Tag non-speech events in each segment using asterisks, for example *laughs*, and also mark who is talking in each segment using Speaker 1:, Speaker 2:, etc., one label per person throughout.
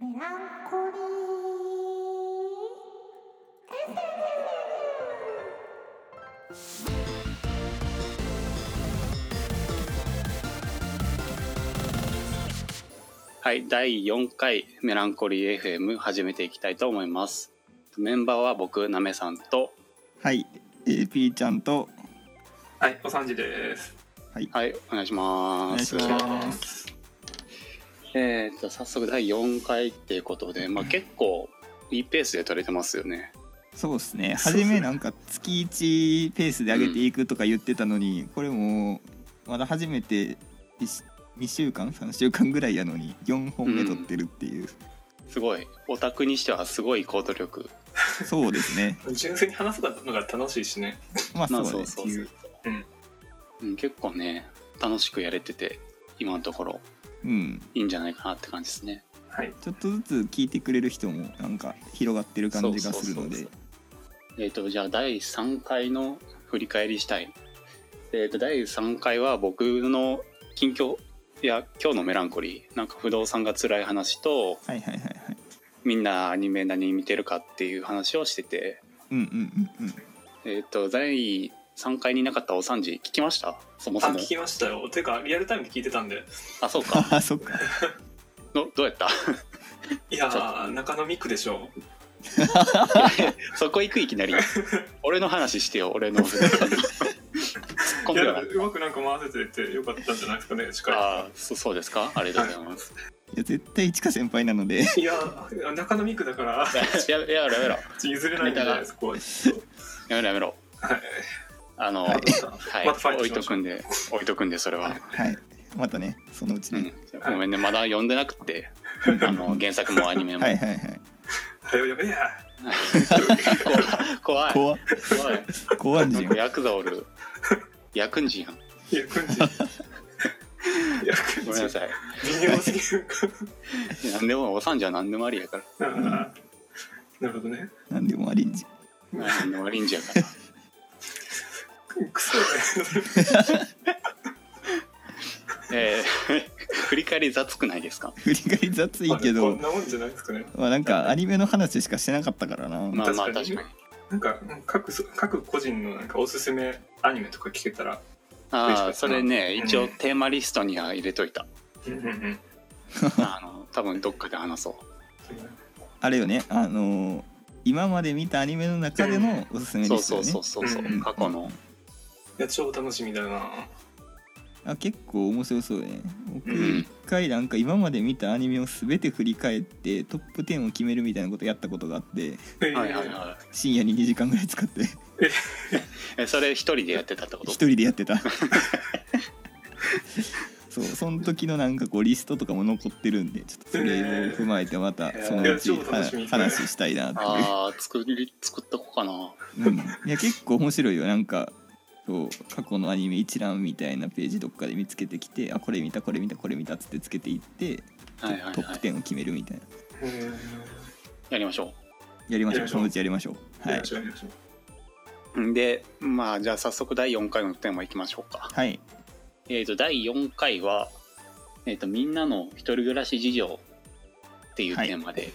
Speaker 1: メランコリー
Speaker 2: はい、第4回メランコリー FM 始めていきたいと思います。メンバーは僕、なめさんと、
Speaker 3: はい、えー、P ちゃんと
Speaker 4: はい、お三時です。
Speaker 2: はい、お願いし
Speaker 3: お
Speaker 2: ま
Speaker 3: 願い
Speaker 2: す。
Speaker 3: します。
Speaker 2: えーっと、早速第4回っていうことで、まあ結構いいペースで撮れてますよね。
Speaker 3: そうですね。
Speaker 4: そうっす
Speaker 3: 初
Speaker 4: ね
Speaker 3: めなんか月1ペースで上げていくとか言ってたのに、これもうまだ初めて2週間3週間ぐらいやのに4本目撮ってるっていう、
Speaker 2: すごい、オタクにしてはすごい行動力。
Speaker 3: そうで
Speaker 2: *laughs*
Speaker 3: すね
Speaker 4: 純粋に話すのが楽しいしね。
Speaker 3: まあ
Speaker 2: まあ
Speaker 3: そう
Speaker 2: そうそう
Speaker 3: ねっていう
Speaker 4: うん
Speaker 2: うん、結構ね、楽しくやれてて、今のところ
Speaker 3: うん
Speaker 2: いいんじゃないかなって感じですね。
Speaker 4: はい。
Speaker 3: ちょっとずつ聞いてくれる人もなんか広がってる感じがするの
Speaker 2: そう
Speaker 3: で
Speaker 2: そうえっ、と、じゃあ第3回の振り返りしたい。えっ、と、第3回は僕の近況や今日のメランコリー、なんか不動産が辛い話と、
Speaker 3: はいはいはいはい
Speaker 2: みんなアニメ何見てるかっていう話をしてて、
Speaker 3: うんうんうんうん
Speaker 2: えっ、と、第3回になかったお三時聞きましたそも
Speaker 4: あ、
Speaker 2: そも
Speaker 4: 聞。きましたよ。てか、リアルタイムで聞いてたんで。
Speaker 2: あそうか。
Speaker 3: ああそっか
Speaker 2: どどうやった
Speaker 4: いや
Speaker 2: ちょ
Speaker 4: ー、中野ミクでしょ。
Speaker 2: そこ行くいき
Speaker 4: *laughs*
Speaker 2: なり。俺の話してよ、俺の。突っ込ん
Speaker 4: い
Speaker 2: では
Speaker 4: や、
Speaker 2: ないう
Speaker 4: まくなんか回せててよかったんじゃないですかね、しっか
Speaker 2: あそそうですかありがとうございます。
Speaker 3: いや絶対一花先輩なので
Speaker 4: り。いやー、中野ミクだから、 *laughs*
Speaker 2: ややめろやめろ。
Speaker 4: 譲れないんじゃないですか、こう。
Speaker 2: やめろやめろ。
Speaker 4: はい。
Speaker 2: あの、
Speaker 3: はい
Speaker 2: はい、
Speaker 4: またファイト
Speaker 2: 置い
Speaker 4: しま
Speaker 2: と
Speaker 4: しょ
Speaker 2: くんで、置いとくんで、それは。
Speaker 3: はいまたねそのうち
Speaker 2: う
Speaker 3: ね、
Speaker 2: ん、ごめんね、まだ読んでなく
Speaker 4: *laughs*
Speaker 2: て、あの原作もアニメも。
Speaker 3: はいはいはい
Speaker 4: はよ、やべえや。
Speaker 2: 怖い。怖い。
Speaker 3: 怖っ
Speaker 2: 怖い。
Speaker 3: 怖んじん
Speaker 2: ヤクザお
Speaker 4: *laughs*
Speaker 2: る。ヤクンジやん。
Speaker 4: いや、くんじ。いや、くん
Speaker 2: ごめんな
Speaker 4: じ。
Speaker 2: さ
Speaker 4: *laughs*
Speaker 2: い。
Speaker 4: 微妙すぎる。
Speaker 2: なんでも、おさんじゃなんでもありやから。
Speaker 4: あーなるほどね。
Speaker 3: なんでもありんじ
Speaker 2: なんでもありんじや
Speaker 4: *laughs*
Speaker 2: から。
Speaker 4: くそね。
Speaker 2: えー、 *laughs* 振り返り雑くないですか。
Speaker 3: 振り返り雑いけ
Speaker 4: *laughs* こ
Speaker 3: ど
Speaker 4: んなもんじゃないですかね。
Speaker 3: まあなんかアニメの話しかしてなかったからな、
Speaker 2: まあまあ、確か
Speaker 4: 確か
Speaker 2: に。
Speaker 4: なんか各そ各個人のなんかおすすめアニメとか聞けたら、
Speaker 2: ああ、それね、
Speaker 4: うん
Speaker 2: 一応テーマリストには入れといた。
Speaker 4: うんうんうん、
Speaker 2: あの、多分どっかで話そう。
Speaker 3: あれよねあのー今まで見たアニメの中でのおすすめ
Speaker 2: そう
Speaker 3: です
Speaker 2: そ
Speaker 3: よ
Speaker 2: う
Speaker 3: ね
Speaker 2: そうそうそう
Speaker 4: うんうん
Speaker 2: 過去の
Speaker 4: いや超楽しみだよな。
Speaker 3: あ結構面白そうね僕
Speaker 2: うん
Speaker 3: 一回なんか今まで見たアニメを全て振り返ってトップ10を決めるみたいなことやったことがあって
Speaker 4: はい
Speaker 2: はいはいは
Speaker 3: 深夜に2時間ぐらい使っ
Speaker 2: *laughs*
Speaker 3: て
Speaker 2: いえそれ一人でやってたってこと
Speaker 3: 一人でやってたそうその時のなんかこうリストとかも残ってるんでちょっとそれを踏まえてまたそのうち
Speaker 4: いや超楽しみ
Speaker 3: は話したいなっていう
Speaker 2: ああ作り作っとこうかな
Speaker 3: うん、いや結構面白いよなんかそう過去のアニメ一覧みたいなページどっかで見つけてきてあこれ見たこれ見たこれ見たっつってつけていって、
Speaker 2: はいはい
Speaker 3: ト
Speaker 2: は
Speaker 3: ッ
Speaker 2: い
Speaker 3: プ10を決めるみたいな
Speaker 4: うん
Speaker 2: やりましょ
Speaker 3: やりましょう
Speaker 4: やりましょう
Speaker 3: そのうちやりましょうは
Speaker 4: よ
Speaker 3: い
Speaker 4: ろし、くお願いします
Speaker 2: うんでまあじゃあ早速第4回のテーマいきましょうか
Speaker 3: はい、
Speaker 2: えっ、と第4回は、えーと「みんなの一人暮らし事情」っていうテーマで、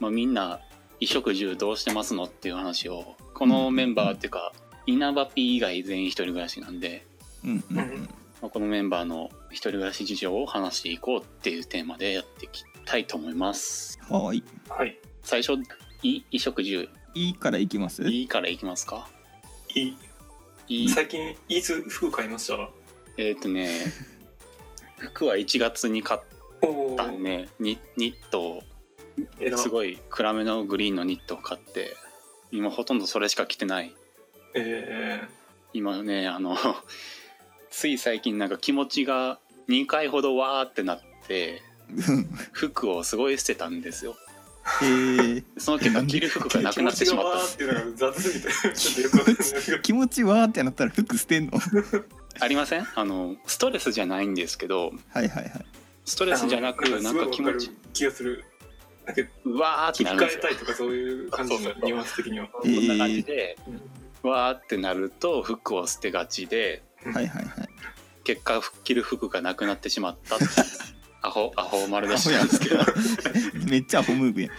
Speaker 2: まあ、みんな衣食住どうしてますのっていう話をこのメンバーっていうか、稲葉 P 以外全員一人暮らしなんで、
Speaker 3: うんうんう
Speaker 4: うんん
Speaker 2: まあ、このメンバーの一人暮らし事情を話していこうっていうテーマでやっていきたいと思います
Speaker 3: はーい
Speaker 4: はい。
Speaker 2: 最初い衣食住
Speaker 3: いいからいきます
Speaker 2: いいからいきますか
Speaker 4: い
Speaker 2: い
Speaker 4: い
Speaker 2: い
Speaker 4: 最近いつ服買いました。
Speaker 2: えっ、とね服は1月に買っ
Speaker 4: おお
Speaker 2: た。ねニニットを
Speaker 4: えら
Speaker 2: すごい暗めのグリーンのニットを買って今ほとんどそれしか着てない
Speaker 4: え
Speaker 2: 今ねあの *laughs* つい最近なんか気持ちが2回ほどわーってなって
Speaker 3: うん
Speaker 2: 服をすごい捨てたんですよ
Speaker 3: えー、
Speaker 2: その結果着る服が
Speaker 4: ー、
Speaker 2: な
Speaker 4: 気
Speaker 2: くな
Speaker 4: 持
Speaker 2: って
Speaker 4: ち
Speaker 2: し
Speaker 4: が
Speaker 2: まった
Speaker 4: わーっていうのが
Speaker 2: *laughs*
Speaker 4: 雑すぎてちょっとよくわかんないですけど
Speaker 3: 気持ちわーってなったら服捨てんのは
Speaker 2: ありませんあのストレスじゃないんですけど
Speaker 3: いはいはい
Speaker 2: ストレスじゃなくなんか気持
Speaker 4: *laughs* す
Speaker 2: ち
Speaker 4: ごいわる気がする。なんか
Speaker 2: うわーって
Speaker 4: 切り
Speaker 2: なるん
Speaker 4: 替
Speaker 2: です
Speaker 4: え
Speaker 2: よ
Speaker 4: たいとかそういう感じの
Speaker 2: あそうそう
Speaker 4: ニュアンス的には。
Speaker 3: えー
Speaker 2: こんな感じで、
Speaker 4: うん
Speaker 2: わーってなると服を捨てがちで
Speaker 3: はいはいはい
Speaker 2: *laughs* 結果着る服がなくなってしまったってアホアホ丸出しなんですけど
Speaker 3: *laughs* めっちゃアホムーブやん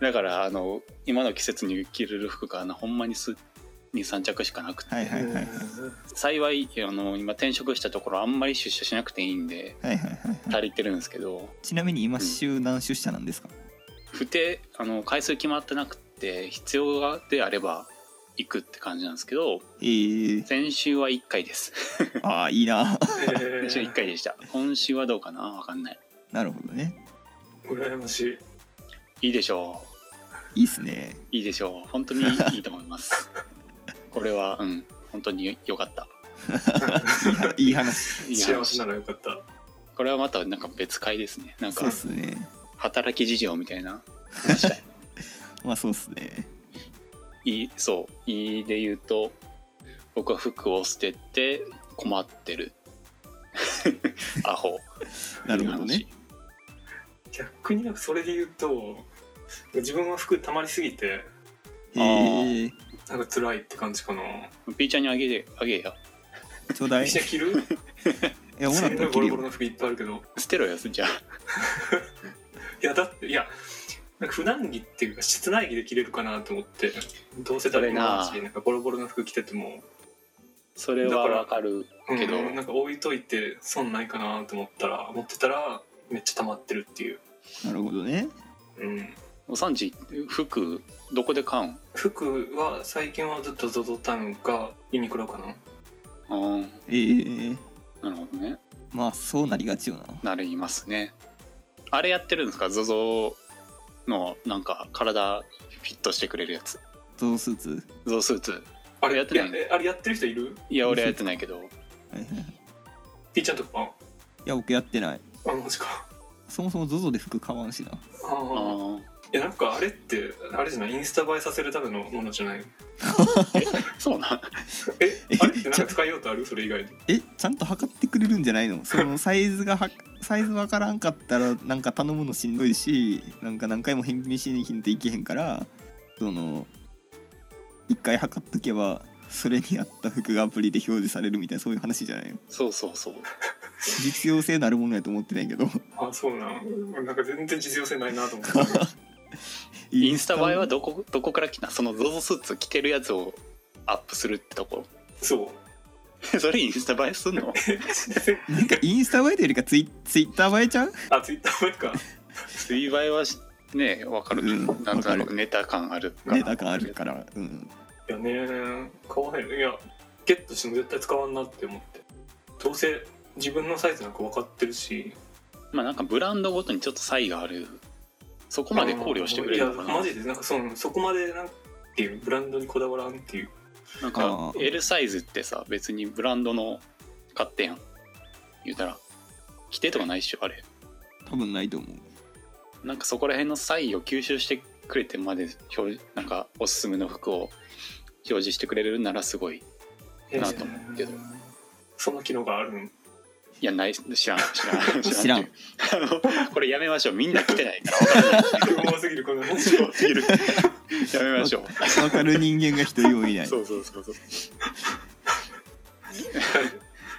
Speaker 2: だからあの今の季節に着れる服があのほんまにす23着しかなくて、
Speaker 3: はいはいはいはい
Speaker 2: 幸いあの今転職したところあんまり出社しなくていいんで
Speaker 3: はいはいはい
Speaker 2: 足
Speaker 3: はい
Speaker 2: りてるんですけど
Speaker 3: ちなみに今週何出社なんですか、
Speaker 2: 不定あの回数決まってなくて必要がであれば行くって感じなんですけど
Speaker 3: えー、
Speaker 2: 先週は1回です
Speaker 3: ああいいな
Speaker 2: 先週1回でした今週はどうかなわかんない
Speaker 3: *laughs* なるほどね
Speaker 4: 羨ましい
Speaker 2: いいでしょ
Speaker 3: いいっすね
Speaker 2: ういいでしょう本当にいいと思いますこれはうん本当に良かった
Speaker 3: いいはいい話
Speaker 2: いい話
Speaker 4: 幸せならよかった
Speaker 2: これはまたなんか別会ですねなん
Speaker 3: そう
Speaker 2: か
Speaker 3: っすね
Speaker 2: 働き事情みたいな話したい
Speaker 3: まあそうっすね
Speaker 2: いいそういいで言うと僕は服を捨てて困ってる *laughs* アホ
Speaker 3: なるほど
Speaker 2: って
Speaker 3: ね
Speaker 2: いう
Speaker 4: 逆になんかそれで言うと自分は服たまりすぎて
Speaker 3: え
Speaker 2: あ
Speaker 3: ー
Speaker 2: ー、
Speaker 4: なんか辛いって感じかな
Speaker 2: 話ピーちゃんにあげてあげや
Speaker 3: ちょうだ *laughs* い
Speaker 4: みんな着る
Speaker 3: いやもらったら切る
Speaker 4: ボロボロ
Speaker 3: よ
Speaker 4: の服いっぱいあるけど
Speaker 2: 捨てろよじゃあ
Speaker 4: いやだっていやなんか普段着っていうか室内着で着れるかなと思ってどうせ誰もない
Speaker 2: それ
Speaker 4: しなんかボロボロの服着てても、
Speaker 2: それはわかる
Speaker 4: うん、
Speaker 2: けど
Speaker 4: なんか置いといて損ないかなと思ったら持ってたらめっちゃ溜まってるっていう、
Speaker 3: なるほどね
Speaker 4: うん、
Speaker 2: おさんち服どこで買うん
Speaker 4: 服は最近はずっと ZOZO タウンかユニクロかな
Speaker 2: あー
Speaker 3: えー、
Speaker 2: なるほどね
Speaker 3: まあそうなりがちよな
Speaker 2: なりますねあれやってるんですか ZOZO のなんか体フィットしてくれるやつ
Speaker 3: ゾウスーツ
Speaker 2: ZOZO スーツ
Speaker 4: あれ
Speaker 2: やってない
Speaker 4: やえあれやってる人いる
Speaker 2: いや俺はやってないけど
Speaker 3: はいはいい
Speaker 4: P ちゃんとか
Speaker 3: や僕やってない
Speaker 4: あマジか
Speaker 3: そもそも ZOZO で服買わんしな
Speaker 4: あ
Speaker 2: あ
Speaker 4: ー
Speaker 2: ー
Speaker 4: いやなんかあれってあれじゃないインスタ映えさせるためのものじゃない
Speaker 2: そうなん
Speaker 4: え
Speaker 3: え
Speaker 4: あれってなんか使いようとあるそれ以外で
Speaker 3: えちゃんと測ってくれるんじゃないのそのサイズがは *laughs* サイズ分からんかったらなんか頼むのしんどいしなんか何回も返品しに行きんといけへんからその一回測っとけばそれに合った服がアプリで表示されるみたいなそういう話じゃないの
Speaker 2: そうそうそう
Speaker 3: 実用性のあるものやと思ってないけど
Speaker 4: あそうなんなんか全然実用性ないなと思った
Speaker 2: *laughs* インスタ映えは
Speaker 3: ど
Speaker 2: どこどこから来たその ZOZO スーツ着てるやつをアップするってとこ *laughs*
Speaker 4: そう
Speaker 2: それインスタ映えすん
Speaker 3: *laughs*
Speaker 2: の
Speaker 3: なんかインスタ映えというよりかツイツイッター映えちゃう
Speaker 4: あツイッター前か
Speaker 2: ツイ映えはしねわかる、
Speaker 3: うん
Speaker 2: なんと
Speaker 3: わ
Speaker 2: な
Speaker 3: か
Speaker 2: くネタ感ある
Speaker 3: ネタ感あるからうん
Speaker 4: いやねー買わないいやゲットしても絶対使わんなって思ってどうせ自分のサイズなんか分かってるし
Speaker 2: まあなんかブランドごとにちょっと差異があるそこまで考慮してくれるのか
Speaker 4: いや
Speaker 2: な
Speaker 4: マジでなんかそのそこまでなんていうブランドにこだわらんっていう
Speaker 2: なん
Speaker 3: あ
Speaker 2: か
Speaker 3: ー
Speaker 2: L サイズってさ別にブランドの買ってやん言うたら着てとかないっしょあれ
Speaker 3: 多分ないと思う
Speaker 2: なんかそこら辺の差異を吸収してくれてまで表なんかおすすめの服を表示してくれるならすごいなと思うけど
Speaker 4: その機 *laughs* 能があるん
Speaker 2: いやない知らん知らん
Speaker 3: 知らん
Speaker 2: 知らんっていうあのこれやめましょうみんな着てないから
Speaker 4: 多すぎるこの
Speaker 2: 面
Speaker 4: 話
Speaker 2: 白すぎるやめましょう
Speaker 3: 分かる人間が一人もいない
Speaker 2: そうそうそうそう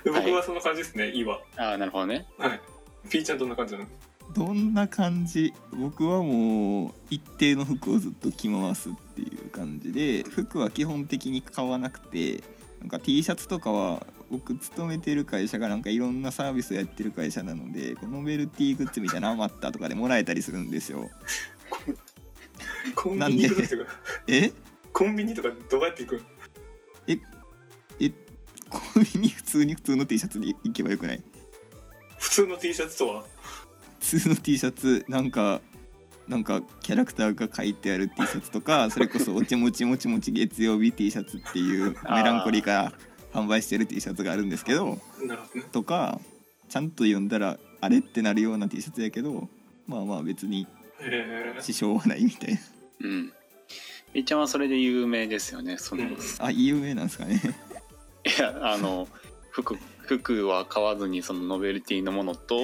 Speaker 4: 僕はそんな感じですね、い、いわ
Speaker 2: ああなるほどね
Speaker 4: はいピーちゃんどんな感じな
Speaker 2: *laughs*
Speaker 4: の
Speaker 3: どんな感じ僕はもう一定の服をずっと着回すっていう感じで服は基本的に買わなくてなんか T シャツとかは僕勤めてる会社がなんかいろんなサービスをやってる会社なのでこのベルティーグッズみたいなの余ったとかでもらえたりするんですよ
Speaker 4: コンビニ行くとか
Speaker 3: え
Speaker 4: コンビニとかどうやって行く
Speaker 3: えコンビニ普通に普通の T シャツに行けばよくない
Speaker 4: 普通の T シャツとは
Speaker 3: 普通の T シャツなんかなんかキャラクターが書いてある T シャツとかそれこそ「おちもちもちもち月曜日 T シャツ」っていう
Speaker 2: あー
Speaker 3: メランコリーから販売してる T シャツがあるんですけど
Speaker 4: なるほどね
Speaker 3: とかちゃんと読んだら「あれ?」ってなるような T シャツやけどまあまあ別に
Speaker 4: えー
Speaker 3: 支障はないみたいな
Speaker 2: うんみっちゃんはそれで有名ですよねその、
Speaker 4: うん
Speaker 2: い
Speaker 3: あ有名なんですかね
Speaker 2: や *laughs* あの服服は買わずにそのノベルティのものと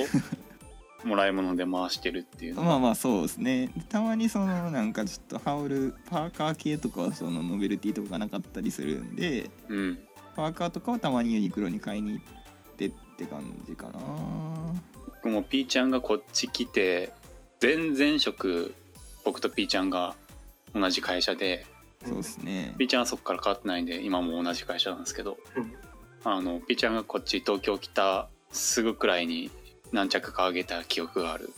Speaker 2: もらい物で回してるっていうの
Speaker 3: まあまあそうですねでたまにそのなんかちょっと羽織るパーカー系とかはそのノベルティとかがなかったりするんで
Speaker 2: うん
Speaker 3: パーカーとかはたまにユニクロに買いに行ってって感じかな
Speaker 2: 僕もピーちゃんがこっち来て前々職僕とピーちゃんが同じ会社で
Speaker 3: そうですね
Speaker 2: ピーちゃんはそこから変わってないんで今も同じ会社なんですけど
Speaker 4: うん
Speaker 2: あのピーちゃんがこっち東京来たすぐくらいに何着かあげた記憶がある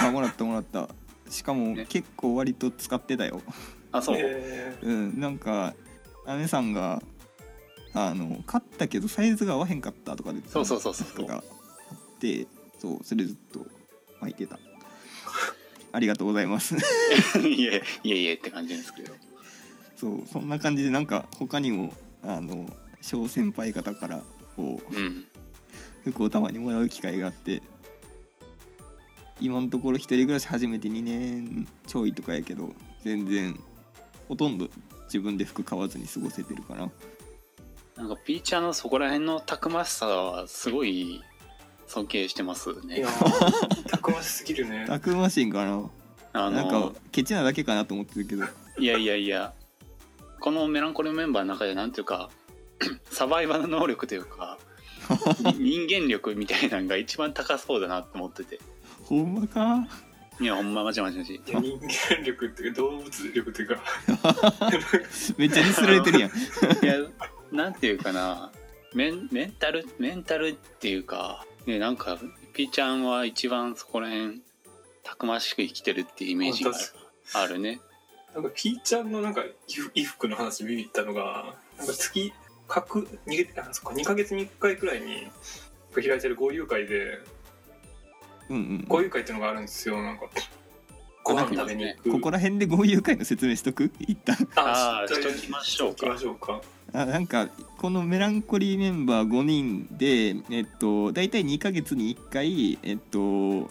Speaker 3: あもらったもらったしかも
Speaker 2: ね
Speaker 3: 結構割と使ってたよ
Speaker 2: あそう、
Speaker 4: え
Speaker 3: うんなんか姉さんがあの買ったけどサイズが合わへんかったとかで
Speaker 2: そうそうそうそう
Speaker 3: とかあってそうそれずっと巻いてたありがとうございます
Speaker 2: *laughs*
Speaker 3: *laughs*
Speaker 2: いえいえいえって感じですけど
Speaker 3: そうそんな感じでなんか他にもあの小先輩方からこう
Speaker 2: うん
Speaker 3: 服をたまにもらう機会があって今のところ一人暮らし始めて2年ちょいとかやけど全然ほとんど自分で服買わずに過ごせてるから
Speaker 2: なんかピーちゃんのそこら辺のたくましさはすごい尊敬してます
Speaker 4: ーい
Speaker 2: ね *laughs*
Speaker 4: やーたくましすぎるね
Speaker 3: たくましいんかな
Speaker 2: あ
Speaker 3: なん
Speaker 2: の
Speaker 3: かケチなだけかなと思ってるけど
Speaker 2: いやいやいやこのメランコリーメンバーの中でなんていうか *clears throat* サバイバル能力というかに人間力みたいなのが一番高そうだなと思ってて
Speaker 3: ほんまか *laughs*
Speaker 2: いやほんまマジマジマジ
Speaker 4: いや人間力っていうか動物力っていうか
Speaker 3: めっちゃディスられてるやん
Speaker 2: いやなんていうかなメンメンタルメンタルっていうかねなんかピーちゃんは一番そこら辺たくましく生きてるっていうイメージがあるあるね
Speaker 4: なんかピーちゃんのなんか衣衣服の話ビビったのがなんか月各二月あそっか二ヶ月に一回くらいに開いてる交流会で
Speaker 3: うんうん
Speaker 4: 交流会っていうのがあるんですよなんかご飯食べに行く
Speaker 3: ここら辺で豪遊会の説明しとく *laughs* 一旦
Speaker 2: ああ
Speaker 4: 知
Speaker 2: し
Speaker 4: っと
Speaker 2: と
Speaker 4: い
Speaker 2: きましょう
Speaker 4: 行きま
Speaker 2: か
Speaker 4: しょうか
Speaker 3: あなんかこのメランコリーメンバー5人でえっと大体2ヶ月に1回えっと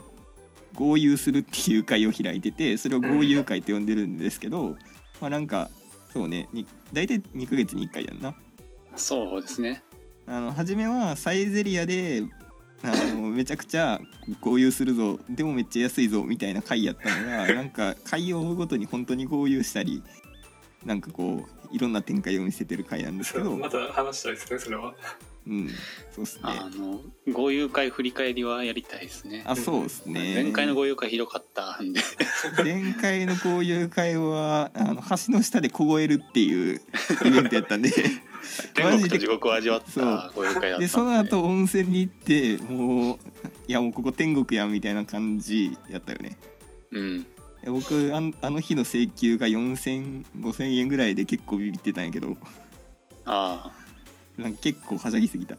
Speaker 3: 合流するっていう会を開いててそれを合流会って呼んでるんですけどまあなんかそうねに大体2ヶ月に1回やんな
Speaker 2: そうですね
Speaker 3: あの初めはサイゼリアであのめちゃくちゃ合流するぞでもめっちゃ安いぞみたいな回やったのがなんか回を追うごとに本当に合流したりなんかこういろんな展開を見せてる回なんです
Speaker 4: そ
Speaker 3: け
Speaker 4: れ
Speaker 3: ど、
Speaker 4: また話したいですねそれは
Speaker 3: うん、そうっすね
Speaker 2: あの豪遊会振り返りはやりたいですね
Speaker 3: あそうですね
Speaker 2: 前回の豪遊会ひどかったんで
Speaker 3: *laughs* 前回のこういう会はあの橋の下で凍えるっていうイベントやったんで
Speaker 2: *laughs* 天国と地獄を味わった豪遊会だったん
Speaker 3: でその後温泉に行ってもういやもうここ天国やんみたいな感じやったよね
Speaker 2: うん
Speaker 3: いや僕あんあの日の請求が40005000円ぐらいで結構ビビってたんやけど
Speaker 2: あ
Speaker 3: なんか結構はしゃぎすぎた
Speaker 2: あ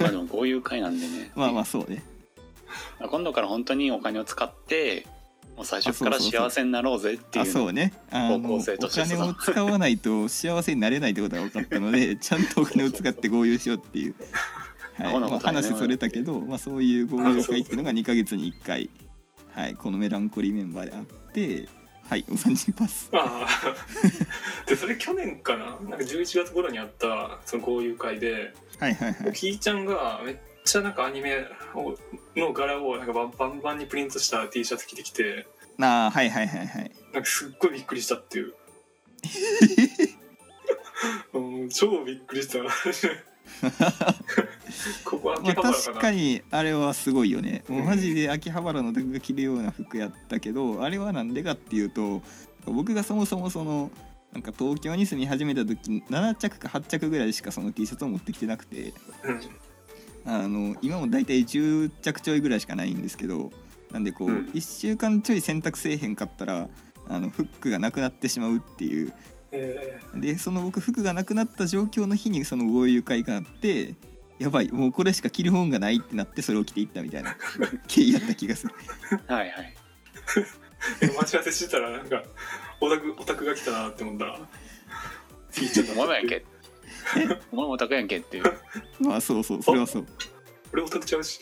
Speaker 2: まあでも豪遊会なんでね
Speaker 3: *laughs* まあまあそうね
Speaker 2: 今度から本当にお金を使ってもう最初から
Speaker 3: あそうそうそ
Speaker 2: 幸
Speaker 3: う
Speaker 2: せになろうぜってい
Speaker 3: あ
Speaker 2: うの
Speaker 3: そうねあの
Speaker 2: 方
Speaker 3: お
Speaker 2: 向性として
Speaker 3: 金を使わないと幸せになれないってことが分かった
Speaker 2: *laughs*
Speaker 3: のでちゃんとお金を使って合流しようっていう、はい
Speaker 2: アホな
Speaker 3: ま
Speaker 2: こ
Speaker 3: あ、
Speaker 2: とだね
Speaker 3: 話それたけど、まあ、そういう合流会っていうのが2ヶ月に1回、はい、このメランコリーメンバーであってはいお三人パス
Speaker 4: あ *laughs* あでそれ去年かななんか11月頃にあったその交流会で
Speaker 3: はいはいはい
Speaker 4: ひーちゃんがめっちゃなんかアニメをの柄をなんかバンバンバンにプリントした T シャツ着てきて
Speaker 3: なあはいはいはいはい
Speaker 4: なんかすっごいびっくりしたっていううん超びっくりした *laughs* ここ
Speaker 3: ま
Speaker 4: 秋
Speaker 3: あ、
Speaker 4: 葉原
Speaker 3: 確
Speaker 4: かな、
Speaker 3: かにあれはすごいよねもううんマジで秋葉原の僕が着るような服やったけどあれはなんでかっていうと僕がそもそもそのなんか東京に住み始めた時7着か8着ぐらいしかその T シャツを持ってきてなくて
Speaker 4: うん
Speaker 3: あの今も大体10着ちょいぐらいしかないんですけどなんでこう、
Speaker 4: うん
Speaker 3: 1週間ちょい洗濯せえへんかったらあのフックがなくなってしまうっていう
Speaker 4: え
Speaker 3: でその僕服がなくなった状況の日にその合流会があってやばいもうこれしか着るもんがないってなってそれを着ていったみたいな経緯やった気がする
Speaker 2: はいはい
Speaker 4: ー待ち合わせしてたらなんかオタクオタクが来たなって思ったらひーちゃんだ
Speaker 2: お前もやんけお前もオタクやんけっていう
Speaker 3: まあそうそうそれはそう
Speaker 4: 俺オタクちゃうし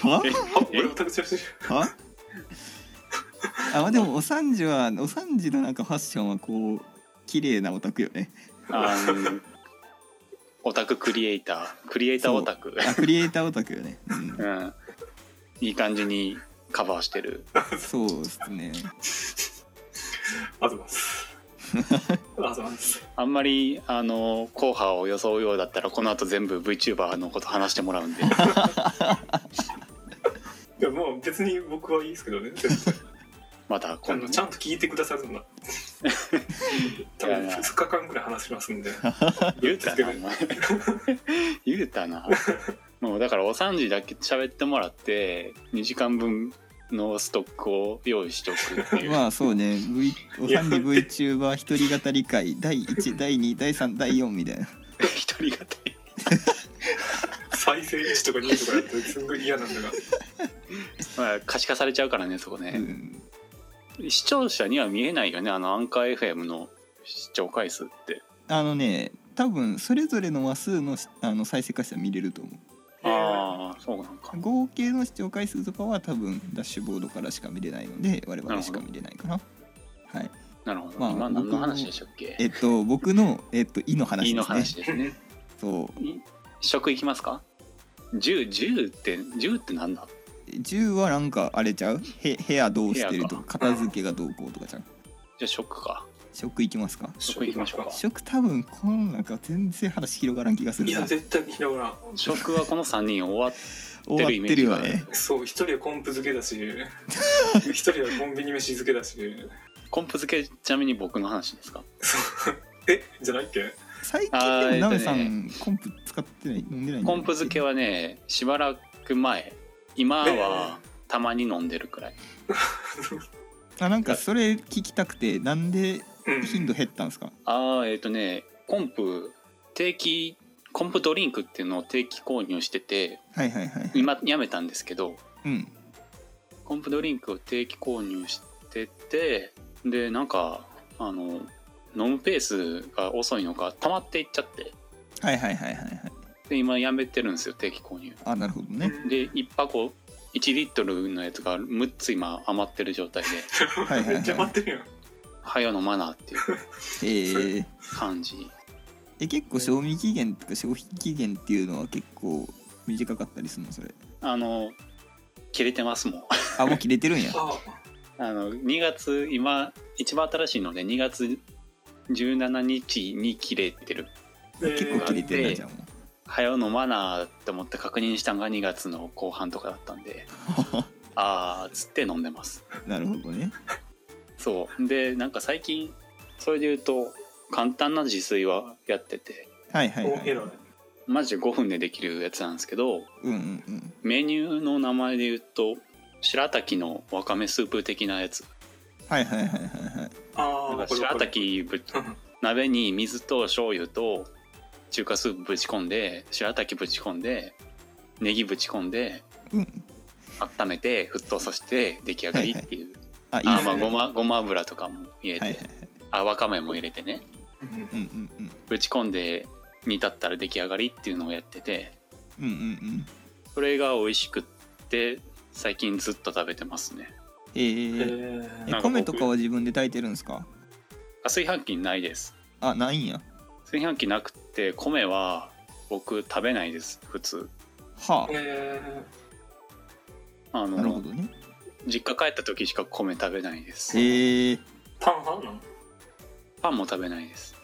Speaker 3: は
Speaker 2: え
Speaker 4: あ俺オタクちゃうし
Speaker 3: はあまあでもお三時はお三時のなんかファッションはこう綺麗なオタクよね
Speaker 2: あのオタククリエイタークリエイターオタク
Speaker 3: あクリエイターオタクよね、うん
Speaker 2: う、んいい感じにカバーしてる
Speaker 3: そうですね
Speaker 4: あざます
Speaker 3: *laughs*
Speaker 4: あざます
Speaker 2: あんまりあの硬派を装うようだったらこの後全部 VTuber のこと話してもらうんで
Speaker 4: いやもう別に僕はいいですけどね絶対
Speaker 2: また
Speaker 4: あ
Speaker 2: 今度
Speaker 4: の
Speaker 2: ね
Speaker 4: ちゃんと聞いてくださるんだ多分2日間ぐらい話しますんで
Speaker 2: 言うたなお前 *laughs* 言うたなもうだからお3時だけ喋ってもらって2時間分のストックを用意しとくっていう、
Speaker 3: まあそうね V お
Speaker 4: いや
Speaker 3: 三に VTuber 一人語り会第1第2第3第4みたいな
Speaker 2: 一人語り
Speaker 4: 再生1とか2とかやってすんごい嫌なんだが
Speaker 2: まあ可視化されちゃうからねそこ
Speaker 3: う
Speaker 2: ね、
Speaker 3: ん
Speaker 2: 視聴者には見えないよねあのアンカー FM の視聴回数って
Speaker 3: あのね多分それぞれの話数のしあの再生回数は見れると思
Speaker 2: ああそうなんか
Speaker 3: う合計の視聴回数とかは多分ダッシュボードからしか見れないので我々しか見れないかなはい
Speaker 2: なるほど、
Speaker 3: まあ
Speaker 2: 今何の話でしたっけ
Speaker 3: えっと僕のえっと「い」の
Speaker 2: いい
Speaker 3: 話
Speaker 2: の
Speaker 3: ですね
Speaker 2: 話ですね
Speaker 3: そ
Speaker 2: 食いきますか10 10って10ってなんだ
Speaker 3: う10はなんかあれちゃうへ部屋どうしてる
Speaker 2: 部
Speaker 3: と
Speaker 2: 屋
Speaker 3: か片付けがどうこうとかじゃん
Speaker 2: じゃあ食か
Speaker 3: 食いきますか
Speaker 2: 食いきましょうか
Speaker 3: 食多分この中全然話広がらん気がす
Speaker 4: い
Speaker 3: る
Speaker 4: や
Speaker 3: な
Speaker 4: 絶対見なが
Speaker 2: 食はこの3人終わっ *laughs*
Speaker 3: 終わってるよ
Speaker 2: 出るイメージ
Speaker 3: ね
Speaker 4: らそう一人はコンプ漬け
Speaker 3: *laughs*
Speaker 4: だし一人はコンビニ飯漬けだし
Speaker 2: コンプ付けちなみに僕の話ですか
Speaker 4: そうえじゃないっけ
Speaker 3: 最近でもナメさんコンプ使ってない飲んでないんだ
Speaker 2: コンプ付けはねしばらく前今はたまに飲んでるくらい
Speaker 3: あなんかそれ聞きたくてなんで
Speaker 4: うん
Speaker 3: 頻度減ったんですか
Speaker 2: ああえっ、とねコンプ定期コンプドリンクっていうのを定期購入してて
Speaker 3: はいはいはいはい
Speaker 2: 今やめたんですけど
Speaker 3: うん
Speaker 2: コンプドリンクを定期購入しててでなんかあの飲むペースが遅いのか溜まっていっちゃって
Speaker 3: はいはいはいはいはい
Speaker 2: で今やめてるんですよ定期購入
Speaker 3: あなるほどね
Speaker 2: で1箱1リットルのやつが6つ今余ってる状態で *laughs*
Speaker 3: はいはい
Speaker 4: めっちゃ
Speaker 3: は
Speaker 4: 待ってるやん
Speaker 2: 早飲まなっていう
Speaker 3: いえー、
Speaker 2: 感じ
Speaker 3: え結構賞味期限とか消費期限っていうのは結構短かったりするのそれ
Speaker 2: あの切れてますもん *laughs*
Speaker 3: あもう切れてるんや
Speaker 4: あ
Speaker 2: あの2月今一番新しいので2月17日に切れてる
Speaker 4: え
Speaker 3: 結構切れてる
Speaker 2: え
Speaker 3: な
Speaker 2: ー
Speaker 3: じゃあもう
Speaker 2: 早飲まなって思って確認したのが2月の後半とかだったんであーっつって飲んでます
Speaker 3: なるほどね
Speaker 2: そうでなんか最近それで言うと簡単な自炊はやってて
Speaker 3: はいはい
Speaker 4: お
Speaker 3: はい
Speaker 4: えらい
Speaker 2: マジで5分でできるやつなんですけど
Speaker 3: うんうんうん
Speaker 2: メニューの名前で言うと白滝のわかめスープ的なやつ
Speaker 3: はいはいはいはいはい
Speaker 2: な
Speaker 4: あ
Speaker 2: ん
Speaker 4: あ
Speaker 2: か白滝ぶ
Speaker 4: うん
Speaker 2: 鍋に水と醤油と中華スープぶち込んで白滝ぶち込んでネギぶち込んで
Speaker 3: うん
Speaker 2: 温めて沸騰させて出来上がりっていう、
Speaker 3: あいいっ
Speaker 2: あ
Speaker 3: す
Speaker 2: まあ
Speaker 3: ね
Speaker 2: ごまごま油とかも入れて、
Speaker 3: はいはいはい
Speaker 2: あわかめも入れてね
Speaker 4: うん
Speaker 3: うんうんうん
Speaker 2: ぶち込んで煮立ったら出来上がりっていうのをやってて
Speaker 3: うんうんうん
Speaker 2: それが美味しくって最近ずっと食べてますね
Speaker 3: えー、
Speaker 4: え
Speaker 3: え
Speaker 2: なんか僕
Speaker 3: 米とかは自分で炊いてるんですか
Speaker 2: あ炊飯器ないです
Speaker 3: あないんや
Speaker 2: 炊飯器なくて米は僕食べないです普通
Speaker 3: は
Speaker 4: え
Speaker 2: あ
Speaker 3: あなるほ
Speaker 2: の
Speaker 3: どね
Speaker 2: 実家帰った時しか米食べないです
Speaker 3: へえー、
Speaker 4: パン派なの
Speaker 2: パンも食べないです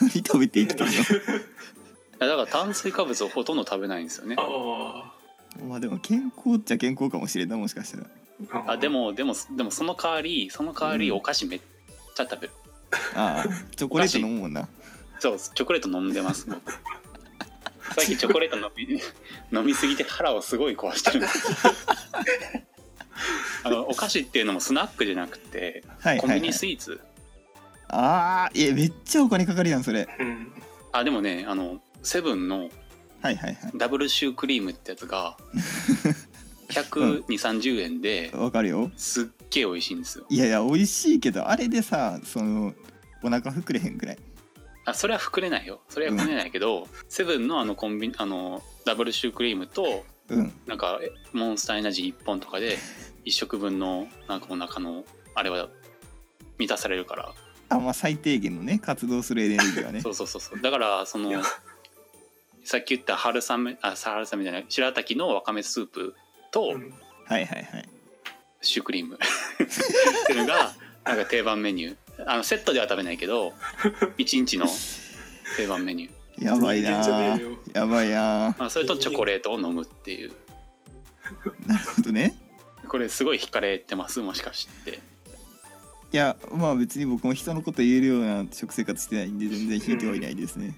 Speaker 3: 何食べて生きてる
Speaker 2: いやだから炭水化物をほとんど食べないんですよね
Speaker 4: あ
Speaker 3: の *laughs* まあでも健康っちゃ健康かもしれんなもしかしたら
Speaker 4: あ
Speaker 2: あでもでもでもその代わりその代わり
Speaker 3: うん
Speaker 2: お菓子めっちゃ食べる、
Speaker 3: あーチョコレート飲むもんな
Speaker 2: そうチョコレート飲んでます
Speaker 3: *laughs*
Speaker 2: 僕最近チョコレート飲み飲みす *laughs* ぎて腹をすごい壊して
Speaker 3: *laughs*
Speaker 2: るあのお菓子っていうのもスナックじゃなくて
Speaker 3: はい
Speaker 2: コン
Speaker 3: は
Speaker 2: ビ
Speaker 3: い、は
Speaker 2: ニ
Speaker 3: い、
Speaker 2: スイーツ、
Speaker 3: あーえめっちゃお金かかるやんそれ
Speaker 4: うん
Speaker 2: あでもねあのセブンの
Speaker 3: はいはいは
Speaker 2: ダブルシュークリームってやつ
Speaker 3: *laughs*
Speaker 2: が120、30円で
Speaker 3: いわかるよ
Speaker 2: すっげえ美味しいんですよ
Speaker 3: いやいや美味しいけどあれでさそのお腹膨れへんくらい
Speaker 2: あそれは膨れないよそれは膨れないけど、セブンのあのコンビニあのダブルシュークリームと
Speaker 3: うん
Speaker 2: なんかえモンスターエナジー1本と *laughs* かで1食分のなんかお腹のあれは満たされるから、
Speaker 3: あまあ最低限のね活動するエネルギーはね
Speaker 2: そうそうそうそうだからその
Speaker 4: いや
Speaker 2: さっき言った春雨あさ春雨じゃない白滝のわかめスープと
Speaker 4: うん
Speaker 3: はいはいはい
Speaker 2: シュークリームっていうのがなんか定番メニューあのセットでは食べないけ *laughs* ど1日の定番メニュー、
Speaker 3: やばいな
Speaker 4: 全然じゃねえ
Speaker 3: ー
Speaker 4: よ
Speaker 3: やばいなー
Speaker 2: まあ、それとチョコレートを飲むっていう
Speaker 3: なるほどね
Speaker 2: これすごい惹かれてますもしかして
Speaker 3: いやまあ別に僕も人のこと言えるような食生活してないんで全然引いてはいないですね、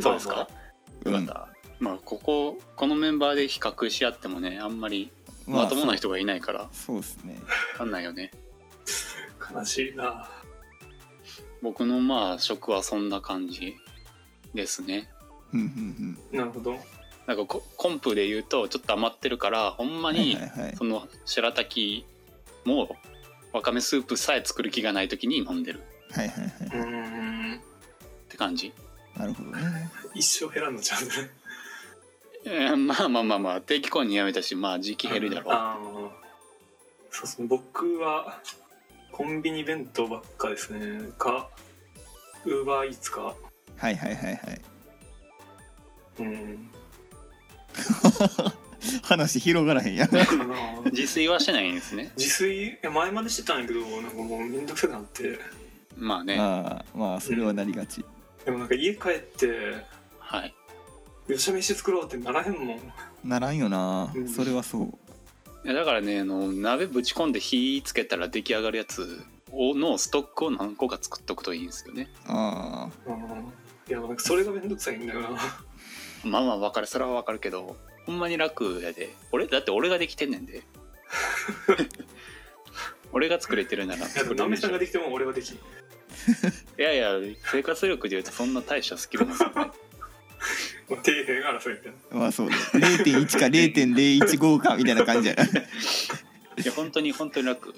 Speaker 2: そうですか
Speaker 3: う
Speaker 2: よ
Speaker 3: ん
Speaker 2: かった、まあこここのメンバーで比較し合ってもねあんまりまともな人がいないから
Speaker 3: そうですね
Speaker 2: 分かんないよね
Speaker 4: 悲しいな
Speaker 2: 僕のまあ食はそんな感じですね
Speaker 3: うんうん
Speaker 4: なるほど
Speaker 2: なんかココンプで言うとちょっと余ってるからほんま
Speaker 3: うん
Speaker 2: に、
Speaker 3: はいはいはい
Speaker 2: その白滝もわかめスープさえ作る気がない時に飲んでる
Speaker 3: はいはいは
Speaker 4: うーん
Speaker 2: って感じ、
Speaker 3: いなるほどね
Speaker 4: 一生減らんのちゃうね
Speaker 2: えーまあまあまあまあ定期購入やめたしまあ時期減るだろう
Speaker 4: あーそうですね僕はコンビニ弁当ばっかですねかウーバーイーツか
Speaker 3: はいはいはいはい
Speaker 4: うん
Speaker 3: 話広がらへんやん
Speaker 4: かな
Speaker 2: 自炊はしてないんですね
Speaker 4: 自炊いや前までしてたんやけどなんかもうめんどくさくなって
Speaker 2: まあね
Speaker 3: まあまあそれはなりがち
Speaker 4: でもなんか家帰って
Speaker 2: はい
Speaker 4: よし飯作ろうってならへんもん
Speaker 3: ならんよな
Speaker 4: うん
Speaker 3: それはそう
Speaker 2: いやだからねあの鍋ぶち込んで火つけたら出来上がるやつをのストックを何個か作っとくといいんですよね
Speaker 3: あ
Speaker 4: うんいやなんかそれがめんどくさいんだよな
Speaker 2: まあまあわかるそれはわかるけどほんまに楽やで俺だって俺ができてんねん
Speaker 4: *laughs*
Speaker 2: で俺が作れてるなら
Speaker 4: いや
Speaker 2: 作
Speaker 4: でも
Speaker 2: れ
Speaker 4: な
Speaker 2: る
Speaker 4: め
Speaker 2: でし
Speaker 4: さ
Speaker 2: ょ
Speaker 4: んができても俺はできん
Speaker 2: いやいや、生活力でいうとそんな大したスキルなんですよね。
Speaker 4: もう底辺争いみたい
Speaker 3: あ
Speaker 4: な
Speaker 3: まあそうね0.1か0.015かみたいな感じやな
Speaker 4: *laughs*
Speaker 2: いや、本当に本当に楽。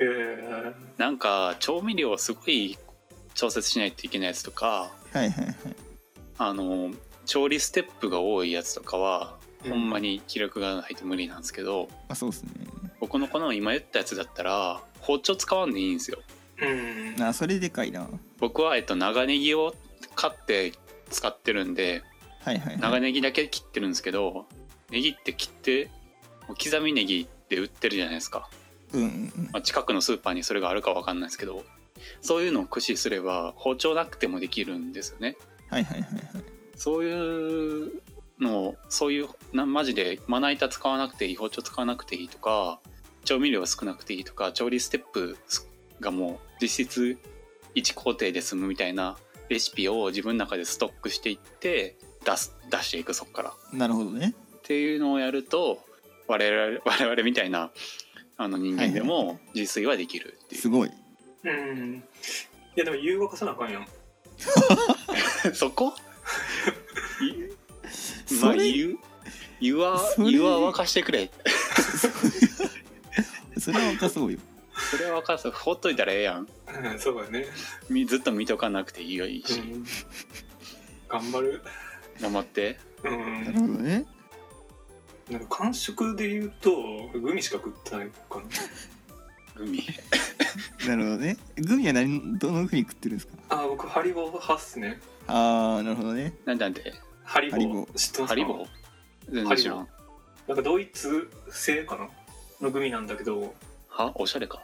Speaker 4: へ
Speaker 2: なんか、調味料をすごい調節しないといけないやつとか、
Speaker 3: はいはいはい
Speaker 2: あの、調理ステップが多いやつとかは、
Speaker 4: え
Speaker 2: ほんまに気力がないと無理なんですけど、
Speaker 3: あそうっすね
Speaker 2: 僕のこの今言ったやつだったら、包丁使わんでいいんですよ。
Speaker 4: うん
Speaker 3: あそれでかいな
Speaker 2: 僕は、えっと、長ネギを買って使ってるんで、
Speaker 3: はいはいはい
Speaker 2: 長ネギだけ切ってるんですけど、ネギって切って、もう刻みネギって売ってるじゃないですか。
Speaker 3: うんうんうん
Speaker 2: まあ、近くのスーパーにそれがあるかわかんないですけどそういうのを駆使すれば包丁なくてもできるんですよね
Speaker 3: はいはいはいはい
Speaker 2: そういうのをそういうなマジでまな板使わなくていい包丁使わなくていいとか調味料少なくていいとか調理ステップがもう実質1工程で済むみたいなレシピを自分の中でストックしていって出す出していくそっからっ
Speaker 3: なるほどね
Speaker 2: ていうのをやると我々 *laughs* 我々みたいなあの人間でも自炊はできる
Speaker 3: *laughs*
Speaker 2: っていう
Speaker 3: すごい
Speaker 4: うんいやでも誘惑さなあかんやん
Speaker 2: そ
Speaker 3: *laughs*
Speaker 2: こま
Speaker 3: そ
Speaker 2: あ
Speaker 3: れ
Speaker 2: 湯湯は
Speaker 3: それ
Speaker 2: 湯は沸かしてくれ
Speaker 3: それはかそうよ
Speaker 2: それは沸かすほっといたらええやん
Speaker 4: うんそうだよね
Speaker 2: みずっと見とかなくていいよいいし、
Speaker 4: うん頑張る
Speaker 2: 頑張って
Speaker 4: うん
Speaker 3: なるほどね
Speaker 4: なんか感触で言うとグミしか食ってないかな
Speaker 2: グミ
Speaker 3: なるほどねグミは何どのふうに食ってるんですか
Speaker 4: あー僕ハリボー派っすね
Speaker 3: ああなるほどね
Speaker 2: *laughs* なんでなんで
Speaker 4: ハリボー
Speaker 3: ハリボ
Speaker 4: 知ってますか
Speaker 2: ハリボー全然知らん
Speaker 4: なんかドイツ製かなのグミなんだけど
Speaker 2: はおしゃれか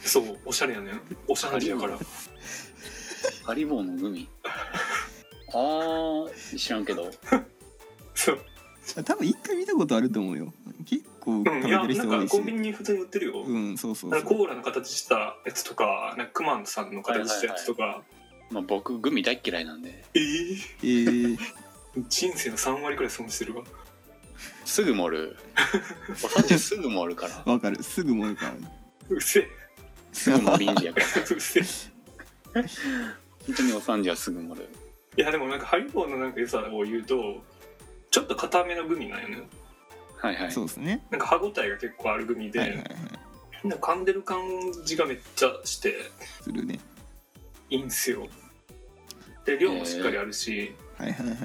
Speaker 4: そうおしゃれやねんおしゃれやから
Speaker 2: ハリボーのグミ *laughs* あー知らんけど
Speaker 4: そう
Speaker 3: 多分一回見たことあると思うよ結構
Speaker 4: う
Speaker 3: 食べ
Speaker 4: んい
Speaker 3: て
Speaker 4: や
Speaker 3: る人
Speaker 4: な
Speaker 3: 多
Speaker 4: ん
Speaker 3: い
Speaker 4: か
Speaker 3: し
Speaker 4: コンビニに普通に売ってるよ、
Speaker 3: うんそうそう
Speaker 4: なんか
Speaker 3: そう
Speaker 4: コーラの形したやつとかなんかクマンさんの形したやつとか、
Speaker 2: まあ僕グミ大っ嫌いなんで
Speaker 4: ええ
Speaker 3: えー、
Speaker 4: 人生の3割くらい損してるわ
Speaker 2: すぐ盛るお酒すぐ盛るから
Speaker 3: わかるすぐ盛るからね
Speaker 4: うっせえ *laughs*
Speaker 2: すぐ盛りんじやから
Speaker 4: うっせえ
Speaker 2: 本当におさんじはすぐ盛る
Speaker 4: いやでもなんかハリボーのなんか良さを言うとちょっと硬めのグミなんよね
Speaker 2: はいはい
Speaker 3: そうですね
Speaker 4: なんか歯ごたえが結構あるグミで、
Speaker 3: はいはいはい
Speaker 4: なんか噛んでる感じがめっちゃして
Speaker 3: するね
Speaker 4: いいんすよで量もしっかりあるし、
Speaker 3: はいはいはいは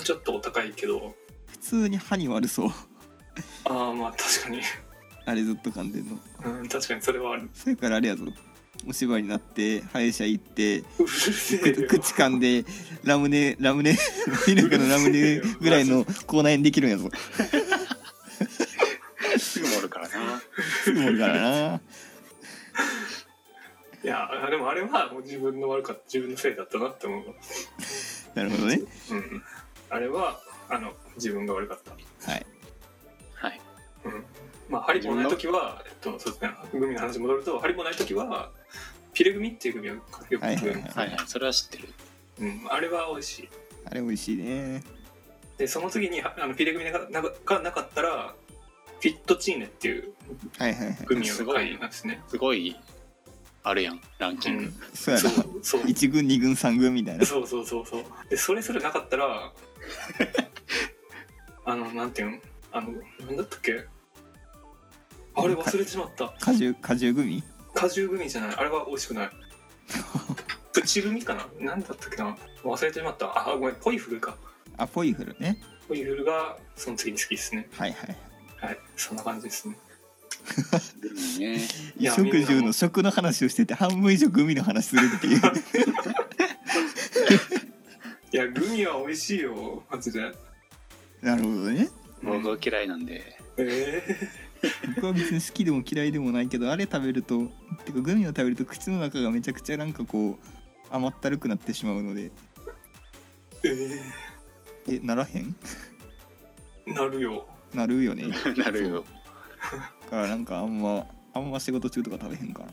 Speaker 3: い
Speaker 4: ちょっとお高いけど
Speaker 3: 普通に歯に悪そう *laughs*
Speaker 4: ああまあ確かに
Speaker 3: あれずっと噛んでんの
Speaker 4: うん確かにそれはある
Speaker 3: それからあれやぞお芝居になって歯医者行って
Speaker 4: うるせえ
Speaker 3: 口
Speaker 4: よ
Speaker 3: 口噛んでラムネラムネ *laughs* ミルクのラムネぐらいの口内炎できるんやぞ
Speaker 2: すぐ盛るからな
Speaker 3: すぐ盛るから
Speaker 4: *laughs*
Speaker 3: ない
Speaker 4: やでもあれはもう自分の悪かった自分のせいだったなって思う
Speaker 3: なるほどね
Speaker 4: うんあれはあの自分が悪かった
Speaker 3: はい
Speaker 2: はい
Speaker 4: うんまあ、ハリボーない時は、えっと、そうですね、グミの話戻ると、ハリボーない時は、ピレグミっていうグミをよく食べます、
Speaker 3: はいはいはい
Speaker 2: はいはい、それは知ってる。
Speaker 4: うん、あれは美味しい。
Speaker 3: あれ美味しいね
Speaker 4: で、その次にあのピレグミがなかがなかったら、フィットチーネっていう
Speaker 3: はいはいはい
Speaker 4: グミを買いますね。
Speaker 2: すごい、あるやん、ランキ
Speaker 4: う
Speaker 2: ング。
Speaker 4: ん、
Speaker 3: そうや
Speaker 4: そ
Speaker 3: な
Speaker 4: うそう
Speaker 3: 1軍2軍3軍みたいな
Speaker 4: *laughs* そうそうそうそうでそれすらなかったら *laughs* あのなんていうんあのなんだったっけあれ忘れてしまった
Speaker 3: 果汁果汁グミ
Speaker 4: 果汁グミじゃないあれは美味しくないプチグミかななんだったっけな忘れてしまったあごめんポイフルか
Speaker 3: あポイフルね
Speaker 4: ポイフルがその次に好きですね
Speaker 3: はいはい
Speaker 4: はいそんな感じですね
Speaker 2: グミね。
Speaker 4: いや
Speaker 3: 食
Speaker 4: みん
Speaker 3: 住
Speaker 4: なも
Speaker 3: の食の話をしてて半分以上グミの話するって
Speaker 4: *laughs*
Speaker 3: いう
Speaker 4: いやグミは美味しいよマジで
Speaker 3: なるほどね
Speaker 2: 僕は嫌いなんで。 *laughs*
Speaker 4: ええ
Speaker 3: 僕は別に好きでも嫌いでもないけどあれ食べるとてかグミを食べると口の中がめちゃくちゃなんかこう甘ったるくなってしまうので
Speaker 4: え
Speaker 3: えならへん
Speaker 4: えなるよ
Speaker 3: なるよね
Speaker 2: なるよ。
Speaker 3: だからなんかあんまあんま仕事中とか食べへんか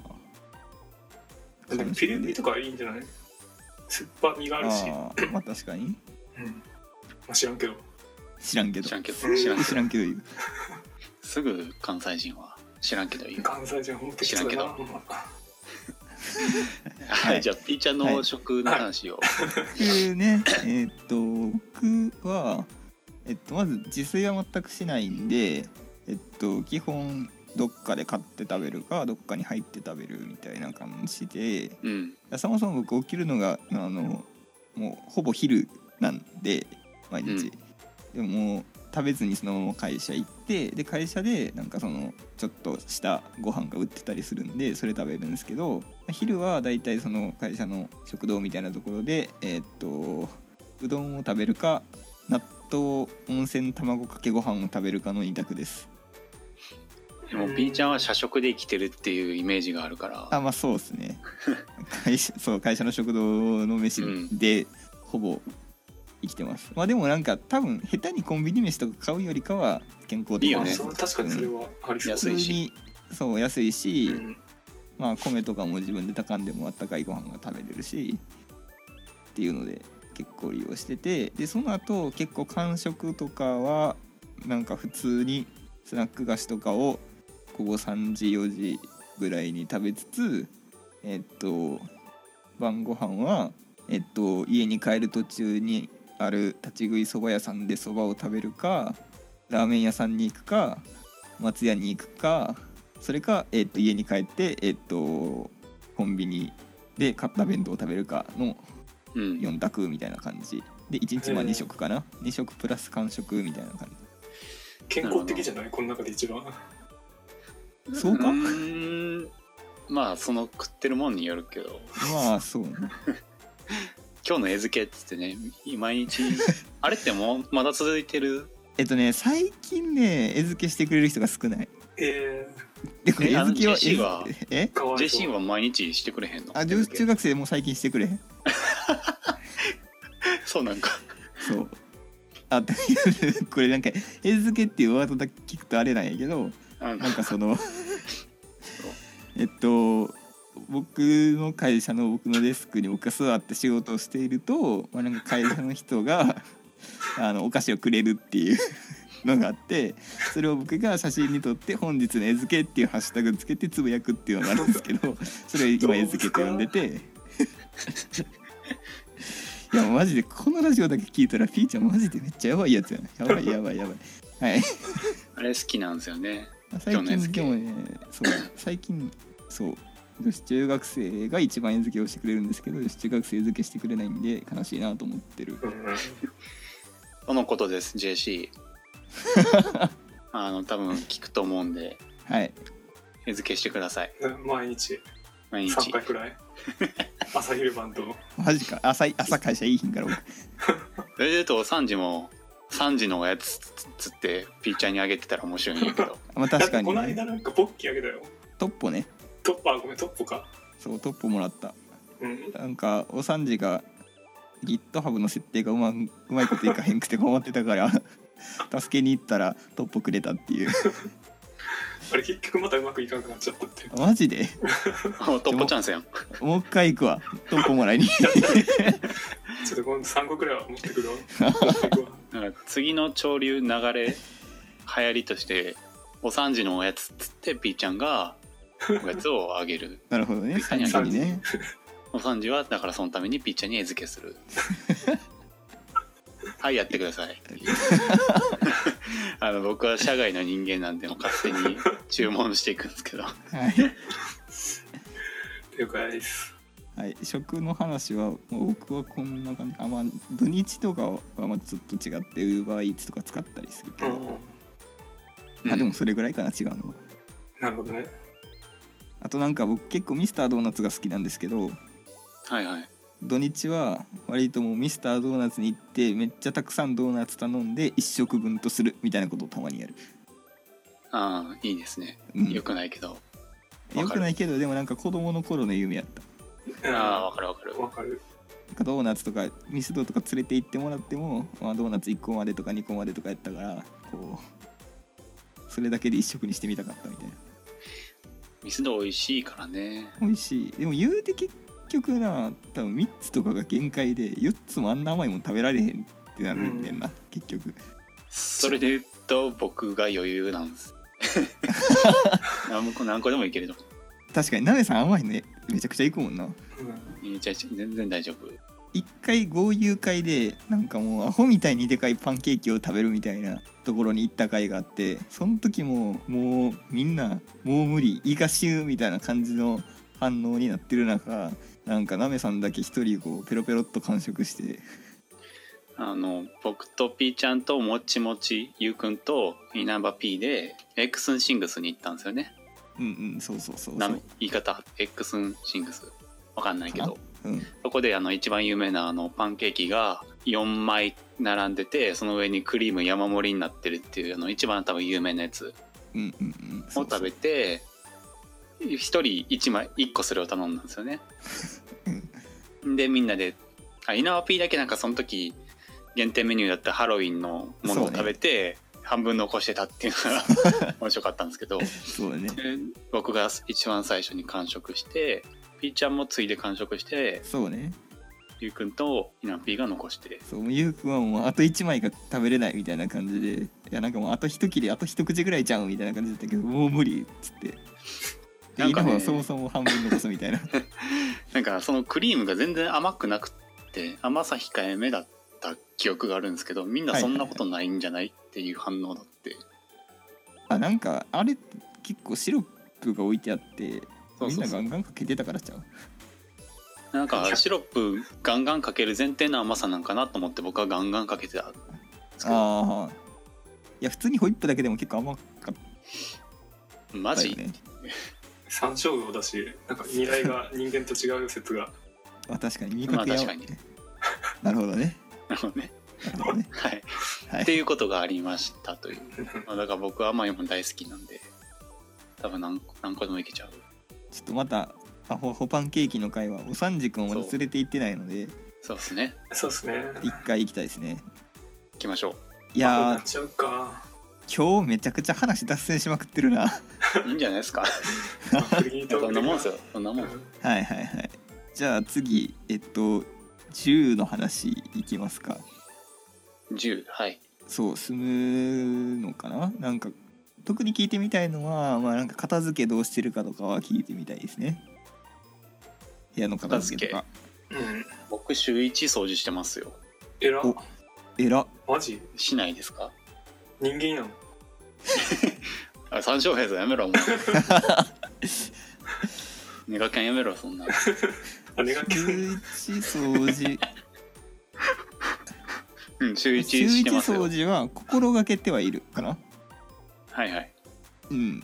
Speaker 4: で
Speaker 3: な
Speaker 4: もピレグミとかいいんじゃない酸っぱみがあるし
Speaker 3: あーまあ確かに
Speaker 4: うんまあ、知らんけど
Speaker 3: 知らんけど
Speaker 2: 知らんけど、知らんけ
Speaker 3: 知ら
Speaker 2: ど。
Speaker 3: んけど言う
Speaker 2: すぐ関西人は知らんけど言う。
Speaker 4: 関西人本当きついな
Speaker 2: 知らん
Speaker 3: *laughs*
Speaker 2: はい、じゃあ、ピーちゃんの食の話を。
Speaker 3: 僕ねえーっと僕は、えっと、まず自炊は全くしないんで、えっと、基本どっかで買って食べるかどっかに入って食べるみたいな感じで
Speaker 2: うん。
Speaker 3: そもそも僕起きるのがあのもうほぼ昼なんで毎日、でももう食べずにそのまま会社行ってで会社でなんかそのちょっとしたご飯が売ってたりするんでそれ食べるんですけど昼はだいたいその会社の食堂みたいなところでえーっとうどんを食べるか納豆温泉卵かけご飯を食べるかの二択です
Speaker 2: でも、ピーちゃんは社食で生きてるっていうイメージがあるから。
Speaker 3: あまあそうですね会社 *laughs* そう会社の食堂の飯
Speaker 2: うん
Speaker 3: でほぼ生きてます、まあでもなんか多分下手にコンビニ飯とか買うよりかは健康
Speaker 2: いい
Speaker 3: 的
Speaker 2: よね
Speaker 4: まあそう確かにそれはありそう
Speaker 2: 安いし
Speaker 3: 普通にそう安いし、
Speaker 4: うん
Speaker 3: まあ米とかも自分で炊かんでもあったかいご飯が食べれるしっていうので結構利用しててでその後結構間食とかはなんか普通にスナック菓子とかを午後3時4時ぐらいに食べつつえっと晩ご飯はえっと家に帰る途中にある立ち食いそば屋さんでそばを食べるかラーメン屋さんに行くか松屋に行くかそれか、えっと家に帰って、えっとコンビニで買った弁当を食べるかの
Speaker 2: うん。
Speaker 3: 4択みたいな感じで1日まあ
Speaker 4: へえ
Speaker 3: 2食かな2食プラス間食みたいな感じ
Speaker 4: 健康的じゃないこの中で一番
Speaker 3: そうか
Speaker 2: ーんまあその食ってるもんによるけど
Speaker 3: まあそうね
Speaker 2: 今日の餌付けっつってね毎
Speaker 3: *laughs*
Speaker 2: 日あれってもうまだ続いてる
Speaker 3: えっとね最近ね餌付けしてくれる人が少ない
Speaker 4: え
Speaker 3: でこれ
Speaker 2: え
Speaker 3: 餌付けは
Speaker 2: あのジェシーは
Speaker 3: 餌付けえ
Speaker 4: ー、かわ
Speaker 2: ジ
Speaker 4: い
Speaker 2: ェシー
Speaker 4: そう
Speaker 2: は毎日してくれへんの
Speaker 3: あ
Speaker 2: 餌
Speaker 3: 中
Speaker 2: 付け
Speaker 3: 中学生もう最近してくれへん
Speaker 2: そうなんか
Speaker 3: そうあというこれなんか餌付けっていうワードだけ聞くとあれなんやけど
Speaker 2: なん
Speaker 3: なん
Speaker 2: か
Speaker 3: かそのえっと僕の会社の僕のデスクに僕が座って仕事をしていると、まあ、なんか会社の人があのお菓子をくれるっていうのがあってそれを僕が写真に撮って「本日の餌付け」っていうハッシュタグつけてつぶやくっていうのがあるんですけどそれを今餌付けと呼んでて。いやマジでこのラジオだけ聞いたらピーちゃんマジでめっちゃやばいやつやなやばいやばいやばいはい
Speaker 2: あれ好きなんですよね
Speaker 3: 最
Speaker 2: 今日の餌
Speaker 3: 近
Speaker 2: 付
Speaker 3: で
Speaker 2: け
Speaker 3: もねそう *coughs* 最近そう女子中学生が一番餌付けをしてくれるんですけど女子中学生餌付けしてくれないんで悲しいなと思ってる
Speaker 4: うんうん
Speaker 2: とのことです JC
Speaker 3: *laughs*
Speaker 2: あの多分聞くと思うんで
Speaker 3: はい
Speaker 2: 餌付けしてください
Speaker 4: 毎日
Speaker 2: 毎
Speaker 4: 3
Speaker 2: 日
Speaker 4: 回く
Speaker 2: *laughs*
Speaker 4: らい朝昼晩と
Speaker 3: マジか朝い朝会社いい日から僕
Speaker 2: それで言うと3時も3時のおやつつつってピーちゃんにあげてたら面白いんやけど
Speaker 3: まあ
Speaker 4: だっ
Speaker 3: 確か
Speaker 4: てこ
Speaker 3: に、
Speaker 4: の
Speaker 3: ね、
Speaker 4: 間なんかポッキーあげたよ
Speaker 3: トッポね
Speaker 4: トップあごめんトップか
Speaker 3: そうトッポもらった
Speaker 4: うん
Speaker 3: なんかおさんじが GitHub の設定がうまんうまいこといか *laughs* へんくて困ってたから助けに行ったらトッポくれたっていう
Speaker 4: あれ結局またうまくいかなくなっちゃったっていう
Speaker 3: マジで
Speaker 2: あトップチャンスやん。
Speaker 3: もう一回行くわトンポもらいに *laughs*
Speaker 4: ちょっと今度3個くらいは持ってく
Speaker 2: *laughs*
Speaker 4: るわ持ってくわ
Speaker 2: なんか次の潮流流れ流行りとしてお三時のおやつっつってピーちゃんがおやつをあげる。
Speaker 3: なるほどね3時にね
Speaker 2: お三時はだからそのためにピーちゃんに餌付けする。はいやってください。あの僕は社外の人間なんでもう勝手に注文していくんですけど。
Speaker 3: はい、
Speaker 4: 了解です
Speaker 3: はい、食の話はもう僕はこんな感じあまあ土日とかはまあちょっと違ってウーバーイーツとか使ったりするけ
Speaker 4: う
Speaker 3: ど、
Speaker 4: ん
Speaker 3: あでもそれぐらいかな違うのは
Speaker 4: なるほどね
Speaker 3: あとなんか僕結構ミスタードーナツが好きなんですけど
Speaker 2: はいはい。
Speaker 3: 土日は割ともうミスタードーナツに行ってめっちゃたくさんドーナツ頼んで1食分とするみたいなことをたまにやる、
Speaker 2: ああいいですね。
Speaker 3: うん、
Speaker 2: よくないけど。る
Speaker 3: よくないけどでもなんか子供の頃の夢やった
Speaker 2: ああ
Speaker 4: あ
Speaker 2: わかるわかる
Speaker 4: あ。わかる
Speaker 3: なんかドーナツとかミスドとか連れて行ってもらっても、まあ、ドーナツ1個までとか2個までとかやったからこうそれだけで1食にしてみたかったみたいな
Speaker 2: ミスド美味しいからね。
Speaker 3: 美味しいでも言うて結局な多分3つとかが限界で4つもあんな甘いもん食べられへんってなるんだよな、結局
Speaker 2: それで言うと僕が余裕なんです。 *laughs* 何個何個でもいけると思
Speaker 3: 確かに鍋さん甘いねめちゃくちゃ行くもんな
Speaker 4: うん
Speaker 2: う。いやちゃちゃ全然大丈夫。
Speaker 3: 一回豪遊会でなんかもうアホみたいにでかいパンケーキを食べるみたいなところに行った回があってその時ももうみんなもう無理いいかしゅうみたいな感じの反応になってる中なんかなめさんだけ一人こうペロペロっと完食して
Speaker 2: あの僕とピーちゃんともちもちゆうくんと稲葉 P でエクスンシングスに行ったんですよね。
Speaker 3: うんうんそうそうそうそ
Speaker 2: な
Speaker 3: う
Speaker 2: 言い方エクスンシングスわかんないけ
Speaker 3: か
Speaker 2: ど。
Speaker 3: うん
Speaker 2: そこであの一番有名なあのパンケーキが4枚並んでてその上にクリーム山盛りになってるっていうあの一番多分有名なやつ
Speaker 3: うんうんうん
Speaker 2: を
Speaker 3: そうそ
Speaker 2: 食
Speaker 3: う
Speaker 2: べて1人1枚1個それを頼んだんですよね。でみんなであ稲葉 P だけなんかその時限定メニューだったハロウィンのものを食べて、半分残してたっていうのが
Speaker 3: *laughs*
Speaker 2: 面白かったんですけど
Speaker 3: そうだね
Speaker 2: で僕が一番最初に完食して P ちゃんもついで完食して
Speaker 3: そうね
Speaker 2: ゆうくんと稲葉 P が残して
Speaker 3: そうゆうくんはもうあと1枚が食べれないみたいな感じでいやなんかもうあと一切れあと一口ぐらいちゃうみたいな感じだったけどもう無理っつって
Speaker 2: なんかね
Speaker 3: で稲葉はそもそも半分残すみたいな *laughs*
Speaker 2: なんかそのクリームが全然甘くなくって甘さ控えめだった記憶があるんですけどみんなそんなことないんじゃないっていう反応だって
Speaker 3: あなんかあれ結構シロップが置いてあって
Speaker 2: そうそう
Speaker 3: みんな
Speaker 2: そう
Speaker 3: ガンガンかけてたからちゃう
Speaker 2: なんかシロップガンガンかける前提の甘さなんかなと思って僕はガンガンかけてたんですけど
Speaker 3: ああいや普通にホイップだけでも結構甘かっ
Speaker 2: マ
Speaker 3: た
Speaker 2: ジ、
Speaker 3: よね
Speaker 4: 山椒魚だしなんか未来が人間と違う説が
Speaker 3: あ確かに味覚
Speaker 2: まあ
Speaker 3: や、
Speaker 2: 確かに
Speaker 3: なるほどね
Speaker 2: なるほどね
Speaker 3: なるほどね
Speaker 2: はい、
Speaker 3: はい
Speaker 2: っていうことがありましたというまあだから僕は甘いもん大好きなんで多分何個何個でもいけちゃう
Speaker 3: ちょっとまたアホアホパンケーキの会はおさんじくんをまだ連れて行ってないので
Speaker 2: そうですね
Speaker 4: そうですね
Speaker 3: 一回行きたいですね
Speaker 2: 行きましょ
Speaker 3: い
Speaker 4: こう
Speaker 3: や
Speaker 4: な
Speaker 3: ー
Speaker 4: っちゃう
Speaker 3: *laughs*
Speaker 4: か
Speaker 3: 今日めちゃくちゃ話脱線しまくってるな *laughs* は
Speaker 2: ういいんじゃないです *laughs* か
Speaker 4: フリートーク
Speaker 2: そんなもんです
Speaker 4: よ
Speaker 2: よそんなもん
Speaker 3: いはいはいじゃあ次えっと銃の話いきますか
Speaker 2: 10はい
Speaker 3: そう住むのかななんか特に聞いてみたいのはまあなんか片付けどうしてるかとかは聞いてみたいですね部屋の片付けとか
Speaker 4: うん
Speaker 2: 僕週1掃除してますよ
Speaker 4: えら
Speaker 3: おえら
Speaker 4: マジ
Speaker 2: しないですか
Speaker 4: 人間やん
Speaker 2: あ三照平さんやめ *laughs* ろもうネガキャンやめろそんな
Speaker 4: あれが
Speaker 3: 週一
Speaker 2: *laughs*
Speaker 3: 掃除
Speaker 2: うん週1
Speaker 3: 週
Speaker 2: し
Speaker 3: 一
Speaker 2: てますよ
Speaker 3: 掃除は心がけてはいるかな
Speaker 2: はいはい
Speaker 3: うん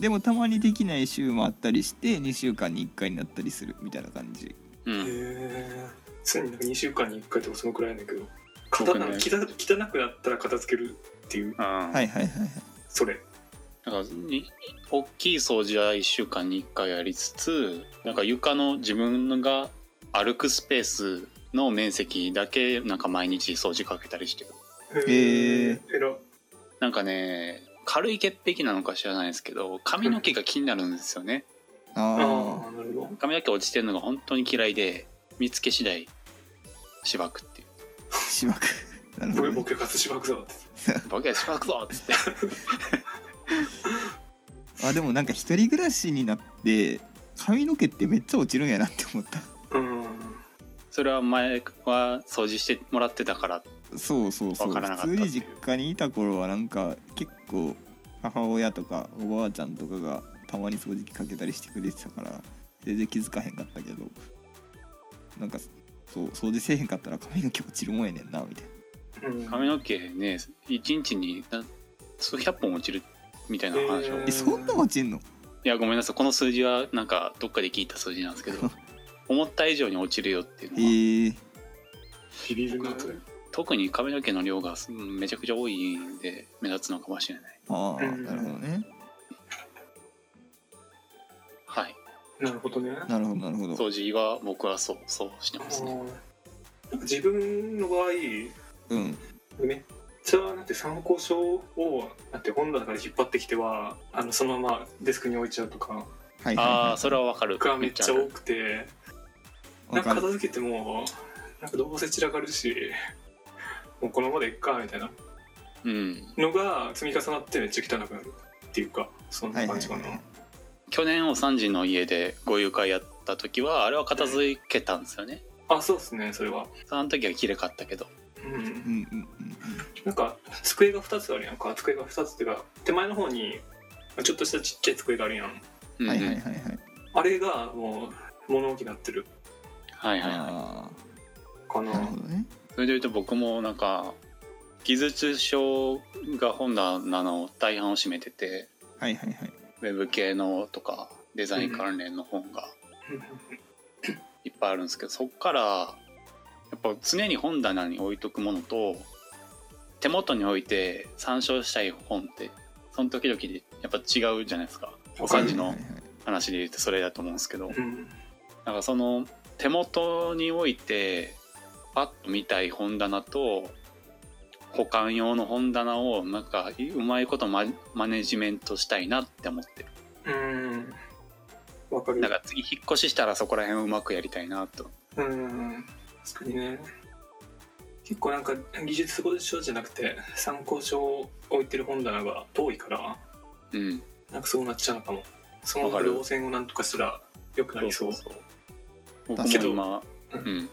Speaker 3: でもたまにできない週もあったりして2週間に1回になったりするみたいな感じ
Speaker 2: う
Speaker 4: へ
Speaker 2: ん
Speaker 4: え常になんか2週間に1回とかそのくらいやねんけど刀
Speaker 2: 僕ね
Speaker 4: 汚汚くなったら片付けるっていう
Speaker 2: あー
Speaker 3: はいはいはいはい
Speaker 4: それ
Speaker 2: なんかに大きい掃除は1週間に1回やりつつなんか床の自分が歩くスペースの面積だけなんか毎日掃除かけたりしてる
Speaker 4: へ
Speaker 3: へえ
Speaker 4: えら
Speaker 2: なんかね軽い潔癖なのか知らないですけど髪の毛が気になるんですよね
Speaker 3: あ
Speaker 4: ああなるほど
Speaker 2: 髪の毛落ちてるのが本当に嫌いで見つけ次第しばくっていう
Speaker 3: あ
Speaker 2: *laughs*
Speaker 3: しばくなるほ
Speaker 4: ボ
Speaker 3: ど
Speaker 4: ケボ
Speaker 3: ね
Speaker 4: ケかつしばくぞって
Speaker 2: 「僕はしばくぞ!」っつって
Speaker 3: あでもなんか一人暮らしになって髪の毛ってめっちゃ落ちるんやなって思った
Speaker 4: うん
Speaker 2: それは前は掃除してもらってたから
Speaker 3: そうそうそう
Speaker 2: わからなかった
Speaker 3: 普
Speaker 2: って
Speaker 3: 通
Speaker 2: いう
Speaker 3: に実家にいた頃はなんか結構母親とかおばあちゃんとかがたまに掃除機かけたりしてくれてたから全然気づかへんかったけどなんかそう掃除せえへんかったら髪の毛落ちるもんやねんなみたい
Speaker 4: うん
Speaker 2: 髪の毛ね一日にな数百本落ちるみたいな話を、
Speaker 4: へ
Speaker 3: な
Speaker 4: ー
Speaker 3: えそんな落ちんの
Speaker 2: いやごめんなさいこの数字はなんかどっかで聞いた数字なんですけ
Speaker 4: *laughs*
Speaker 2: ど思った以上に落ちるよっていう
Speaker 3: え
Speaker 2: のは、
Speaker 3: ー、
Speaker 4: ビビるなという
Speaker 2: 特に髪の毛の量がうんめちゃくちゃ多いんで目立つのかもしれない
Speaker 3: ああ
Speaker 4: うん
Speaker 3: なるほどね
Speaker 2: はい
Speaker 4: なるほどね
Speaker 3: なるほどなるほど
Speaker 2: 掃除は僕はそうそうしてますね
Speaker 4: なんか自分の場合
Speaker 3: うん
Speaker 4: めっちゃなんて参考書をなんて本棚から引っ張ってきてはあのそのままデスクに置いちゃうとか
Speaker 3: はいはい、
Speaker 2: あ
Speaker 3: は
Speaker 2: あそれはわかる
Speaker 4: がめっちゃ
Speaker 2: め
Speaker 4: 多
Speaker 2: っ
Speaker 4: くて
Speaker 3: い、わ
Speaker 4: なんか
Speaker 3: かる
Speaker 4: 片付けてもなんかどうせ散らかるしもうこのままでいっかみたいな
Speaker 2: あるうん
Speaker 4: のが積み重なってめっちゃ汚くなるっていうかそん
Speaker 3: は
Speaker 4: ない
Speaker 3: は
Speaker 4: 感
Speaker 3: い
Speaker 4: じかな、
Speaker 3: はい
Speaker 2: 去年お三時の家でご誘拐やった時はあれは片付けたんですよね
Speaker 4: あそうですねそれは
Speaker 2: その時はきれかったけど
Speaker 4: うん
Speaker 3: うんうん
Speaker 4: なんか机が2つあるやんか机が2つっていうか手前の方にちょっとしたちっちゃい机があるやん
Speaker 2: う
Speaker 3: うん
Speaker 2: ん
Speaker 3: はいはい
Speaker 2: うん
Speaker 3: はいはい
Speaker 4: あれがもう物置になってる
Speaker 2: はいはいはい
Speaker 3: あ
Speaker 4: か
Speaker 3: あ
Speaker 4: な
Speaker 3: なるほどね
Speaker 2: それで言うと僕もなんか技術書が本棚の大半を占めてて
Speaker 3: はいはいはい
Speaker 2: ウェブ系のとかデザイン関連の本がいっぱいあるんですけど、そっからやっぱ常に本棚に置いとくものと手元に置いて参照したい本ってその時々でやっぱ違うじゃないですかお感じの
Speaker 3: はいはいはい
Speaker 2: *laughs* 話で言うとそれだと思うんですけど
Speaker 4: うん
Speaker 2: なんかその手元に置いてパッと見たい本棚と保管用の本棚をなんかうまいことママネジメントしたいなって思ってる
Speaker 4: うんわかる
Speaker 2: だから次引っ越ししたらそこら辺をうまくやりたいなと
Speaker 4: うん確かにね結構なんか技術書じゃなくて参考書を置いてる本棚が遠いから
Speaker 2: うん
Speaker 4: なんかそうなっちゃうのかもその
Speaker 2: わかる
Speaker 4: 動線をなんとかしたら良くなりそう
Speaker 2: う僕
Speaker 3: 確
Speaker 4: か
Speaker 2: も
Speaker 4: に
Speaker 2: 今う
Speaker 4: う
Speaker 2: ん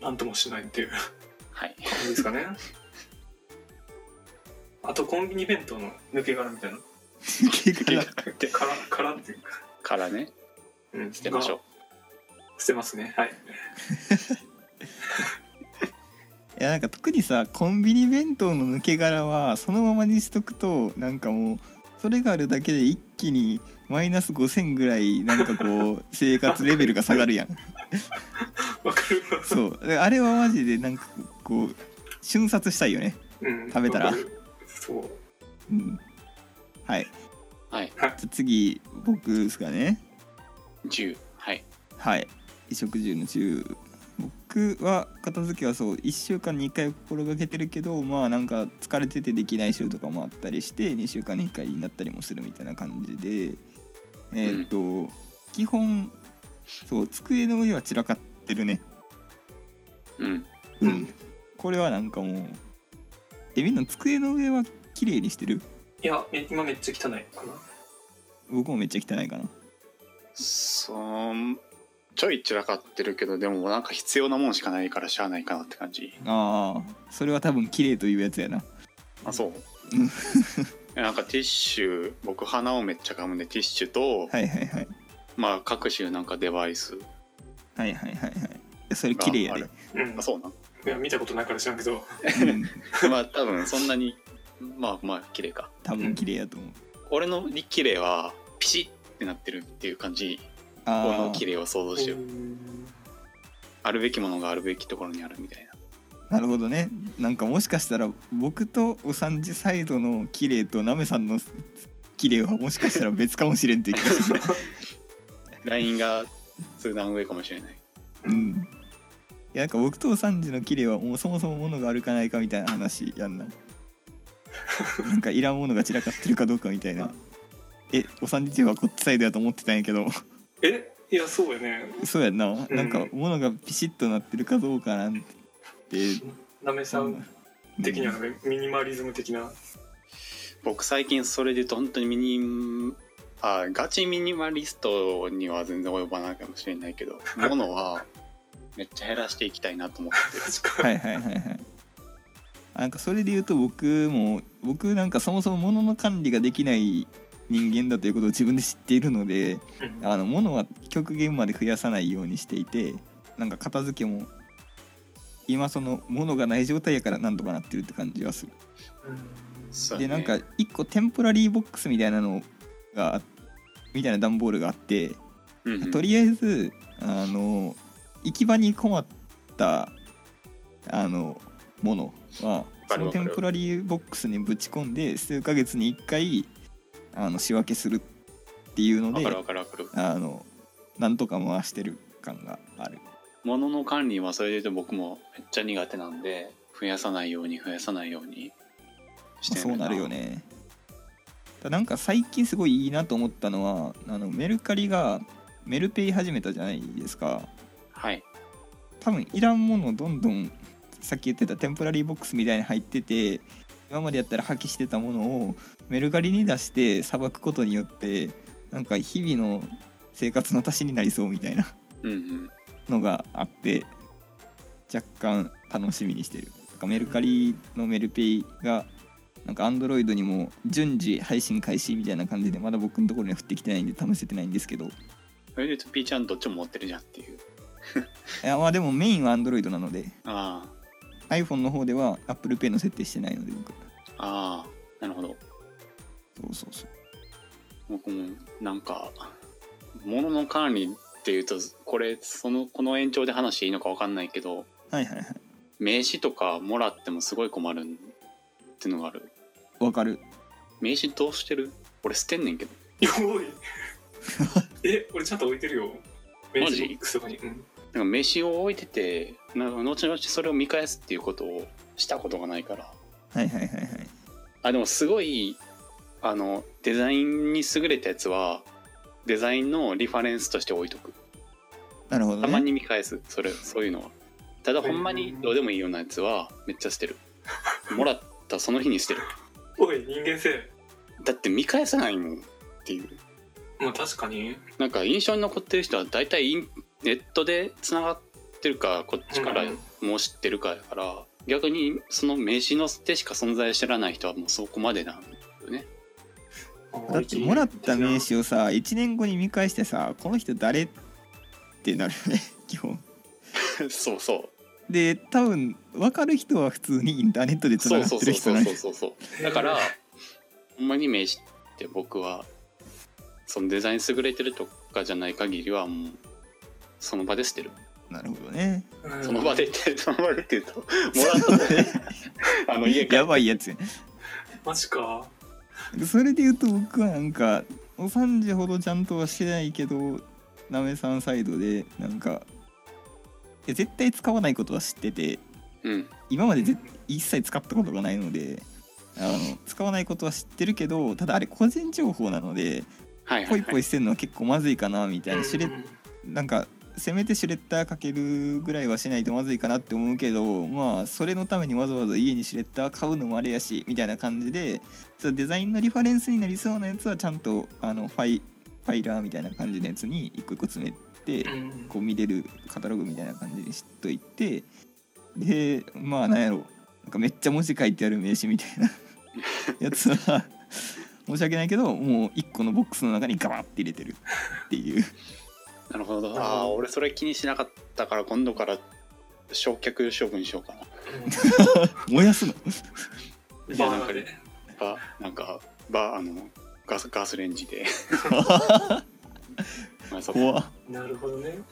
Speaker 4: なんともしないっていう
Speaker 2: *laughs* はい
Speaker 4: 感じですかね *laughs* あとコンビニ弁当の抜け殻みたいな
Speaker 3: 抜け殻
Speaker 4: で殻殻っていうか、
Speaker 2: からね
Speaker 4: うん、
Speaker 2: 捨てましょう
Speaker 4: 捨てますね *laughs* はい
Speaker 3: いやなんか特にさコンビニ弁当の抜け殻はそのままにしとくとなんかもうそれがあるだけで一気にマイナス5000ぐらいなんかこう生活レベルが下がるやん
Speaker 4: わかる
Speaker 3: そうであれはマジでなんかこう瞬殺したいよね
Speaker 4: うん
Speaker 3: 食べたら
Speaker 4: わかるそう
Speaker 3: うんはい
Speaker 2: はい
Speaker 3: じゃあ次僕ですかね
Speaker 2: 10はい
Speaker 3: はい衣食住の中僕は片付けはそう1週間に1回心がけてるけどまあなんか疲れててできない週とかもあったりして2週間に1回になったりもするみたいな感じでえーっと、基本そう机の上は散らかってるね
Speaker 2: うん
Speaker 4: うん
Speaker 3: これはなんかもうえみんな机の上は綺麗にしてる
Speaker 4: いやえ今めっちゃ汚いかな
Speaker 3: 僕もめっちゃ汚いかな
Speaker 2: そうちょい散らかってるけどでもなんか必要なもんしかないからしゃあないかなって感じ
Speaker 3: ああそれは多分綺麗というやつやな
Speaker 2: あそう
Speaker 3: うん
Speaker 2: なんかティッシュ僕鼻をめっちゃ噛むんでティッシュと、
Speaker 3: はいはいはい
Speaker 2: まあ各種なんかデバイス
Speaker 3: はいはいはいはいそれ
Speaker 2: が
Speaker 3: 綺麗や
Speaker 2: あ
Speaker 3: で
Speaker 2: る、
Speaker 4: うん
Speaker 2: あそうなん *laughs*
Speaker 4: いや見たことないから知らんけど
Speaker 3: うん、
Speaker 2: まあ多分そんなにまあまあ綺麗か
Speaker 3: 多分綺麗やと思う
Speaker 2: 俺の綺麗はピシッってなってるっていう感じこ
Speaker 3: あ
Speaker 2: の綺
Speaker 3: ー
Speaker 2: 麗を想像して
Speaker 4: う
Speaker 2: る
Speaker 4: ん
Speaker 2: あるべきものがあるべきところにあるみたいな
Speaker 3: なるほどねなんかもしかしたら僕とおさんじサイドの綺麗となめさんの綺麗はもしかしたら別かもしれんっていう気がする、
Speaker 2: ラインが数段上かもしれない
Speaker 3: うん、いやなんか僕とおさんじの綺麗はもうそもそも物があるかないかみたいな話やんななんかいらんものが散らかってるかどうかみたいなえおさんじはこっちサイドやと思ってたんやけど *laughs*
Speaker 4: えいやそうやね
Speaker 3: そうやんななんか物がピシッとなってるかどうかなんて
Speaker 4: なめさん的には
Speaker 3: うん
Speaker 4: なんかミニマリズム的な
Speaker 2: 僕最近それで言うと本当にミニあガチミニマリストには全然及ばないかもしれないけ
Speaker 3: *laughs*
Speaker 2: ど物はめっちゃ減らしていきたいなと思って
Speaker 4: 確
Speaker 3: *laughs*
Speaker 4: か
Speaker 3: はいはいはいはいなんかそれで言うと僕も僕なんかそもそも物の管理ができない人間だということを自分で知っているので
Speaker 4: に、うん
Speaker 3: あの物は極限まで増やさないようにしていてなんか片付けも今その物がない状態やからなんとかなってるって感じはする
Speaker 2: そう
Speaker 3: で
Speaker 2: やね
Speaker 3: なんか一個テンポラリーボックスみたいなのがみたいな段ボールがあって、
Speaker 2: うんうん
Speaker 3: とりあえずあの行き場に困ったあのものは
Speaker 2: か
Speaker 3: そ
Speaker 2: る
Speaker 3: の
Speaker 2: わか
Speaker 3: テ
Speaker 2: る
Speaker 3: ンポラリーボックスにぶち込んで数ヶ月に1回あの仕分けするっていうの
Speaker 2: わ
Speaker 3: で
Speaker 2: かるわかるわかる
Speaker 3: あのなんとか回してる感がある。
Speaker 2: 物の管理はそれで言うと僕もめっちゃ苦手なんで増やさないように増やさないようにして
Speaker 3: そうなるよねただなんか最近すごいいいなと思ったのはあのメルカリがメルペイ始めたじゃないですか
Speaker 2: はい
Speaker 3: 多分いらんものどんどんさっき言ってたテンポラリーボックスみたいに入ってて今までやったら破棄してたものをメルカリに出してさばくことによってなんか日々の生活の足しになりそうみたいな
Speaker 2: うんうん
Speaker 3: のがあって若干楽しみにしてるなんかメルカリのメルペイがなんかアンドロイドにも順次配信開始みたいな感じでまだ僕のところには降ってきてないんで試せてないんですけどい
Speaker 2: それで言うとピーちゃんどっちも持ってるじゃんっていう
Speaker 3: やまあでもメインはアンドロイドなので
Speaker 2: あ
Speaker 3: iPhone の方では ApplePay の設定してないので僕
Speaker 2: あああなるほど
Speaker 3: そうそうそう
Speaker 2: 僕もなんか物の管理っていうとこれそのこの延長で話していいのか分かんないけど
Speaker 3: はいはいはい
Speaker 2: 名刺とかもらってもすごい困るってのがある
Speaker 3: わかる
Speaker 2: 名刺どうしてる俺捨てんねんけど
Speaker 4: おいえ俺ちゃんと置いてるよメ
Speaker 2: マ
Speaker 4: ー
Speaker 2: ジ
Speaker 4: ジボックスとかに、うん、
Speaker 2: なんか名刺を置いててなんか後々それを見返すっていうことをしたことがないから
Speaker 3: はいはいはいはい
Speaker 2: あでもすごいあのデザインに優れたやつはデザインのリファレンスとして置いとく
Speaker 3: なるほど、ね、
Speaker 2: たまに見返すそれそういうのはただほんまにどうでもいいようなやつはめっちゃ捨
Speaker 3: *laughs*
Speaker 2: てるもらったその日に捨てる
Speaker 4: おい人間性
Speaker 2: だって見返さないもんっていう
Speaker 4: まあ確かに
Speaker 2: なんか印象に残ってる人は大体インネットでつながってるかこっちから
Speaker 4: うん
Speaker 2: もう知ってるかやから逆にその名刺の捨てしか存在知らない人はもうそこまでなん *laughs* だよね
Speaker 3: だってもらった名刺をさ1年後に見返してさこの人誰ってなるよね *laughs* 基本
Speaker 2: そうそう
Speaker 3: で多分分かる人は普通にインターネットでつな
Speaker 2: そう
Speaker 3: がっ
Speaker 2: そう
Speaker 3: て
Speaker 2: そ
Speaker 3: る
Speaker 2: うそうそ
Speaker 3: 人なんで
Speaker 2: うそうそうだからほんまに名刺って僕はそのデザイン優れてるとかじゃない限りはもうその場で捨てる
Speaker 3: なるほどね
Speaker 2: その場でって *laughs* その場でって言うともらったねあの家帰
Speaker 3: やばいやつや
Speaker 4: マジか
Speaker 3: それで言うと僕はなんかお3時ほどちゃんとはしてないけどなめさんサイドでなんかいや絶対使わないことは知ってて
Speaker 2: うん
Speaker 3: 今までぜ一切使ったことがないのであの使わないことは知ってるけどただあれ個人情報なので
Speaker 2: はいは
Speaker 3: ポ
Speaker 2: い
Speaker 3: イ
Speaker 2: は
Speaker 3: ポ
Speaker 2: い
Speaker 3: イしてるのは結構まずいかなみたいなシュレ
Speaker 4: うん
Speaker 3: なんかせめてシュレッダーかけるぐらいはしないとまずいかなって思うけどまあそれのためにわざわざ家にシュレッダー買うのもあれやしみたいな感じでそのデザインのリファレンスになりそうなやつはちゃんとあのファイファイラーみたいな感じのやつに一個一個詰めて
Speaker 4: うん
Speaker 3: こう見れるカタログみたいな感じにしといてでまあなんやろなんかめっちゃ文字書いてある名刺みたいな *laughs* やつは申し訳ないけどもう一個のボックスの中にガバッて入れてるっていう。
Speaker 2: なるほどああ俺それ気にしなかったから今度から焼却処分しよう *laughs* かな
Speaker 3: 燃やすの
Speaker 4: うん
Speaker 2: いや
Speaker 4: バ
Speaker 2: なん
Speaker 4: ーナ
Speaker 2: か
Speaker 4: ー
Speaker 2: ね
Speaker 4: で
Speaker 2: ばなんかばあのガスガスレンジ *laughs* でまあそこ
Speaker 3: 怖っ
Speaker 4: なるほどねなんか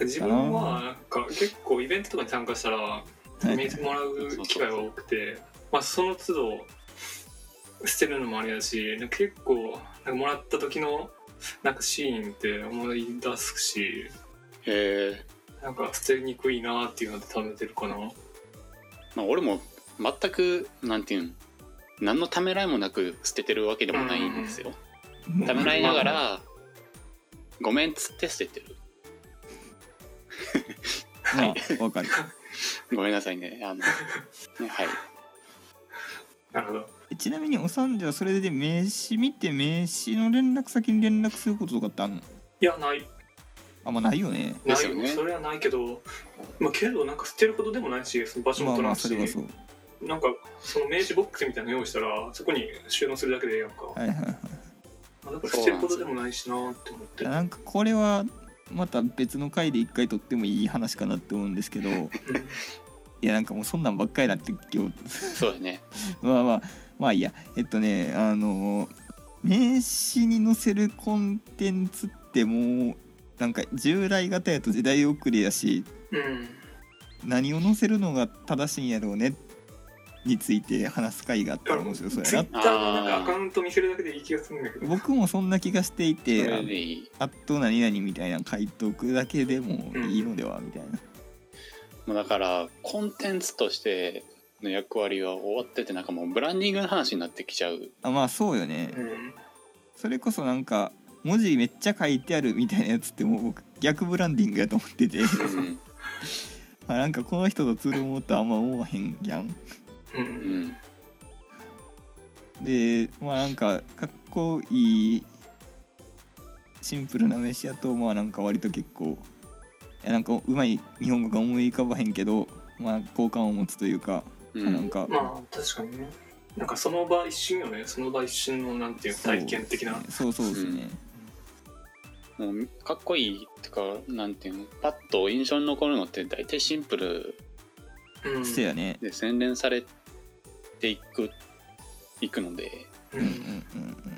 Speaker 4: 自分はなんか結構イベントとかに参加したら名刺もらう機会が多くて、まあ、その都度捨てるのもあれやしなんか結構なんかもらった時のなんかシーンって思い出すし
Speaker 2: へえ
Speaker 4: なんか捨てにくいなっていうので貯めてるかな
Speaker 2: まあ、俺も全くなんていうん何のためらいもなく捨ててるわけでもないんですよ。ためらいながら、ごめんっつって捨ててる。
Speaker 3: まあわかる
Speaker 2: ごめんなさいね。あの、ね、はい。
Speaker 4: なるほど
Speaker 3: えちなみにおさんじゃそれで名刺見て名刺の連絡先に連絡することとかってあんの
Speaker 4: いやない
Speaker 3: あんまないよね
Speaker 2: で
Speaker 4: な
Speaker 2: す
Speaker 4: い
Speaker 2: よ
Speaker 4: よ、
Speaker 2: ね
Speaker 4: それはないけどまあけどなんか捨てることでもないしその場所
Speaker 3: ま
Speaker 4: も
Speaker 3: あ
Speaker 4: 取
Speaker 3: ま
Speaker 4: ら
Speaker 3: あ
Speaker 4: んし、
Speaker 3: それはそう
Speaker 4: なんかその名刺ボックスみたいなの用意したらそこに収納するだけでええやんか、
Speaker 3: はいはいはい
Speaker 4: まあ、だから捨てることでもないしなーって思って
Speaker 3: なんかこれはまた別の回で一回とってもいい話かなって思うんですけ *laughs* どい
Speaker 4: うん
Speaker 3: やなんかもうそんなんばっかりだって今日
Speaker 2: そうだね。
Speaker 3: まあまあまあいいやえっとねあの名刺に載せるコンテンツってもうなんか従来型やと時代遅れやし
Speaker 4: うん
Speaker 3: 何を載せるのが正しいんやろうねについて話す回があったら面白そう
Speaker 4: ツイ
Speaker 3: や
Speaker 4: ッ
Speaker 3: な
Speaker 4: ターのなんかアカウント見せるだけでいい気がするんだけど
Speaker 3: 僕もそんな気がしてい
Speaker 2: そ
Speaker 3: て
Speaker 2: れでいい。
Speaker 3: 「あっと何々」みたいな書いとくだけでもいいのではみたいな。
Speaker 2: もうだから、コンテンツとしての役割は終わってて、なんかもうブランディングの話になってきちゃう。
Speaker 3: あまあそうよね
Speaker 4: うん
Speaker 3: それこそなんか文字めっちゃ書いてあるみたいなやつってもう僕逆ブランディングやと思ってて
Speaker 2: うん。
Speaker 3: あなんかこの人とツールもっとあんま思わへんやん
Speaker 4: う
Speaker 2: うんん。
Speaker 3: でまあなんかかっこいいシンプルな飯やとまあなんか割と結構いやなんかうまい日本語が思い浮かばへんけどまあ好感を持つというか、
Speaker 2: う
Speaker 3: まあなん
Speaker 2: ん。
Speaker 3: か、
Speaker 4: まあ確かにねなんかその場一瞬よねその場一瞬のなんていう
Speaker 3: そう
Speaker 4: 体験的な
Speaker 3: そうそうですね、
Speaker 2: もうかっこいいってか、なんていうの、パッと印象に残るのって大体シンプル
Speaker 4: うん
Speaker 3: そうやね
Speaker 2: で洗練されていく、いくので、
Speaker 4: う
Speaker 3: うんうん
Speaker 4: ん
Speaker 3: うんうん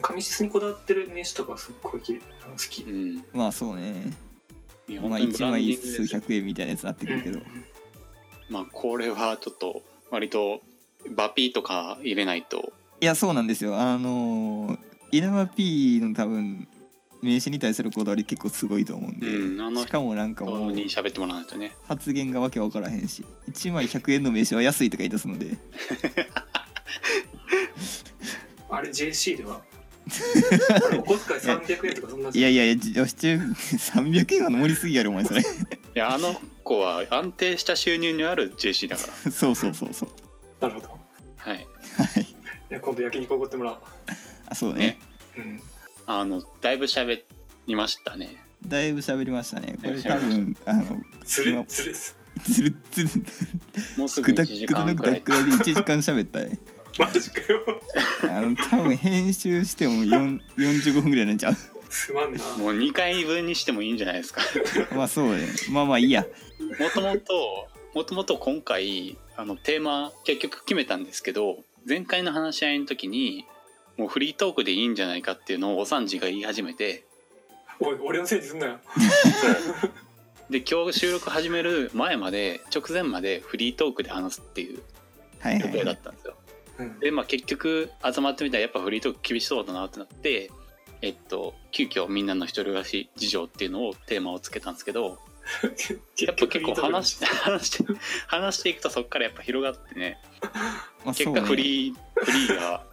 Speaker 4: 紙質にこだわってる名刺とかすっごい好き
Speaker 2: う
Speaker 4: 好
Speaker 2: ん。
Speaker 3: まあそうね
Speaker 2: いや
Speaker 3: まあ
Speaker 2: 本当にブラ
Speaker 3: 1
Speaker 2: ンディン
Speaker 3: 枚
Speaker 2: グです
Speaker 3: 数
Speaker 2: よ
Speaker 3: 百円みたいなやつになって
Speaker 4: き
Speaker 3: くるけど、
Speaker 2: まあこれはちょっと割とバピーとか入れないと
Speaker 3: いやそうなんですよあのー稲葉 P の多分名刺に対するこだわり結構すごいと思うんで、
Speaker 2: うんあの人
Speaker 3: しかもなんかもう
Speaker 2: に喋ってもらわないとね
Speaker 3: 発言がわけわからへんし1枚100円の名刺は安いとか言い出すので
Speaker 4: あれ
Speaker 3: *laughs*
Speaker 4: JC ではあれお小遣い300円とかそんなじ
Speaker 3: い
Speaker 4: ゃん
Speaker 3: やいやいや女子中300円は盛りすぎやろお前それ *laughs*
Speaker 2: いやあの子は安定した収入にある JC だか
Speaker 3: そうそうそうそう
Speaker 4: なるほど
Speaker 3: *laughs*
Speaker 2: らはい
Speaker 3: はい
Speaker 4: いや今度焼肉おごってもらおう
Speaker 3: あそうね
Speaker 4: うん
Speaker 2: あのだいぶ喋りましたね
Speaker 3: だいぶ喋りましたねこれ
Speaker 2: だ
Speaker 3: 多
Speaker 2: いぶ喋
Speaker 3: 分あの
Speaker 4: つ
Speaker 3: 今
Speaker 4: るつるす
Speaker 3: つるつる
Speaker 2: もうすぐ1
Speaker 3: くだ
Speaker 2: 時
Speaker 3: くだ
Speaker 2: 間
Speaker 3: の
Speaker 2: く
Speaker 3: く
Speaker 2: ら
Speaker 3: だ
Speaker 2: い
Speaker 3: くだで1時間喋ったね
Speaker 4: マジかよ
Speaker 3: あの多分編集しても4 45分ぐらいになっちゃう
Speaker 4: すまんな
Speaker 2: もう2回分にしてもいいんじゃないですか
Speaker 3: まあそうね。まあまあいいや。
Speaker 2: もともともともと今回あのテーマ結局決めたんですけど前回の話し合いの時にもうフリートークでいいんじゃないかっていうのをおさんじが言い始めて
Speaker 4: おい俺のせいにすんなよ
Speaker 2: で今日収録始める前まで直前までフリートークで話すっていう
Speaker 3: はい
Speaker 2: 予
Speaker 3: は
Speaker 2: 定
Speaker 3: い、
Speaker 2: だ
Speaker 3: は
Speaker 2: っ
Speaker 3: い。
Speaker 2: たんですよ。
Speaker 4: うん
Speaker 2: でまあ結局集まってみたらやっぱフリートーク厳しそうだなってなってえっと急遽みんなの一人暮らし事情っていうのをテーマをつけたんですけどやっぱ結構話し
Speaker 4: *laughs*
Speaker 2: て話して話していくとそこからやっぱ広がってね
Speaker 3: まあ
Speaker 2: 結
Speaker 3: そう
Speaker 2: 果
Speaker 3: ね。
Speaker 2: フリーフリーが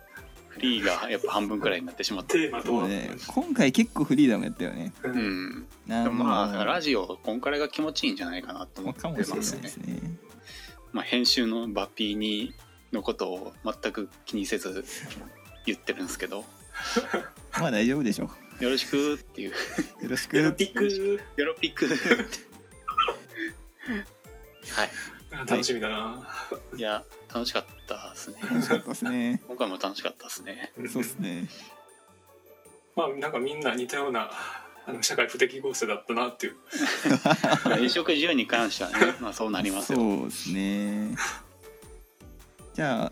Speaker 2: フリーがやっぱ半分くらいになってしまった。
Speaker 4: テーマと
Speaker 3: そう
Speaker 4: は
Speaker 3: ね。今回結構フリーダムやったよね。
Speaker 4: う
Speaker 2: うんん、
Speaker 3: な
Speaker 2: でもまあ
Speaker 3: まあ
Speaker 2: ラジオこんくらいが気持ちいいんじゃないかなと思
Speaker 3: まあ
Speaker 2: って
Speaker 3: かも
Speaker 2: ま
Speaker 3: しれないですす
Speaker 2: ね。
Speaker 3: ね。
Speaker 2: まあ、編集のバピーにのことを全く気にせず言ってるんですけどよ
Speaker 3: まあ大丈夫でしょ
Speaker 2: ろしくっていう
Speaker 3: う。よろし
Speaker 4: エロ
Speaker 3: く。
Speaker 4: ティック
Speaker 2: よろぴくっては
Speaker 4: 楽しみだな、
Speaker 2: いいや楽しかった
Speaker 3: *laughs*
Speaker 2: ですね
Speaker 3: 楽しかったですね。
Speaker 2: 今回も楽しかったですね
Speaker 3: そうですね。
Speaker 4: まあなんかみんな似たようなあの社会不適合性だったなっていう
Speaker 2: まあ飲食需要に関してはね、まあ、そうなりますよ
Speaker 3: そうですね。じゃあ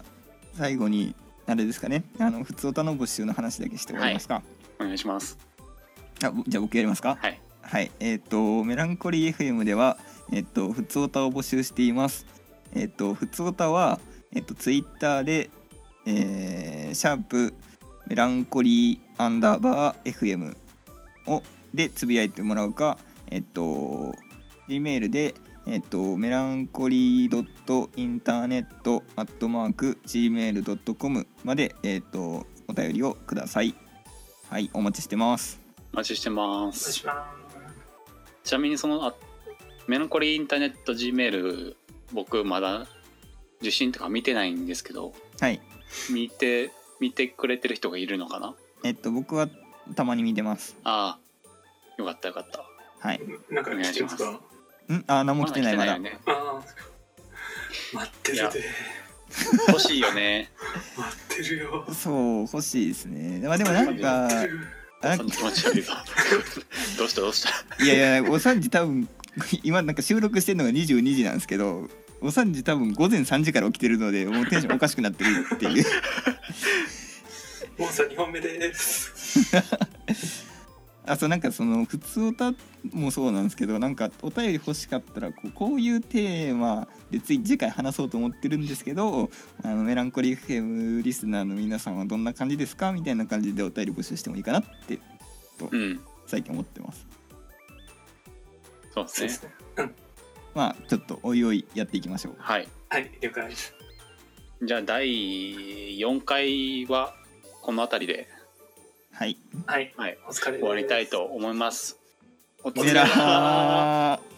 Speaker 3: 最後にあれですかね。あの普通歌の募集の話だけして終わりますか。
Speaker 2: お願いします
Speaker 3: あぼじゃあ僕やりますか。
Speaker 2: はい
Speaker 3: はい、えっ、とメランコリー FM ではえっ、と普通歌を募集しています。えっ、と普通歌はえっ、とツイッターで、えーシャープメランコリーアンダーバー FM をでつぶやいてもらうか、えっ、と Gmail でえっと、メランコリー .internet.gmail.com まで、えっと、お便りをください。はい、お待ちしてます。
Speaker 2: お待ちしてま
Speaker 4: お願い
Speaker 2: す
Speaker 4: しま
Speaker 2: ちなみにそのあメランコリーインターネット G メール僕まだ受信とか見てないんですけど
Speaker 3: はい。
Speaker 2: 見て見てくれてる人がいるのかな
Speaker 3: えっと、僕はたまに見てます。
Speaker 2: ああよかったよかった
Speaker 3: はい。
Speaker 4: すなんか来てます
Speaker 2: お願
Speaker 3: ん
Speaker 4: か
Speaker 3: あ、何も来てない、まだ
Speaker 2: よ。ね
Speaker 4: ああ待ってるで
Speaker 2: 欲しいよね
Speaker 4: 待ってるよ
Speaker 3: そう、欲しいですね。まあ、でもなんか、
Speaker 4: 待ってる
Speaker 3: *laughs* あなん
Speaker 2: そ
Speaker 3: か
Speaker 2: の気持ち悪いぞ
Speaker 3: *laughs*
Speaker 2: どうしたどうした
Speaker 3: いやいや、お3時多分、 *laughs* 今なんか収録してるのが22時なんですけど、お3時多分午前3時から起きてるので、もうテンションおかしくなってるって *laughs* いう。
Speaker 4: もうさ2本目です
Speaker 3: あとなんかその普通おたもそうなんですけどなんかお便り欲しかったらこうこういうテーマでつい次回話そうと思ってるんですけどあのメランコリー FM リスナーの皆さんはどんな感じですかみたいな感じでお便り募集してもいいかなって
Speaker 2: うん
Speaker 3: 最近思ってます
Speaker 2: そうです
Speaker 4: そ
Speaker 2: ね
Speaker 4: うですね
Speaker 3: まあちょっとおいおいやっていきましょう
Speaker 2: はい
Speaker 4: はい了解です
Speaker 2: じゃあ第4回はこの辺りで
Speaker 3: はい
Speaker 4: はい
Speaker 2: はい
Speaker 4: お疲れで
Speaker 2: 終
Speaker 4: す
Speaker 2: わりたいと思いますお
Speaker 3: ゼラー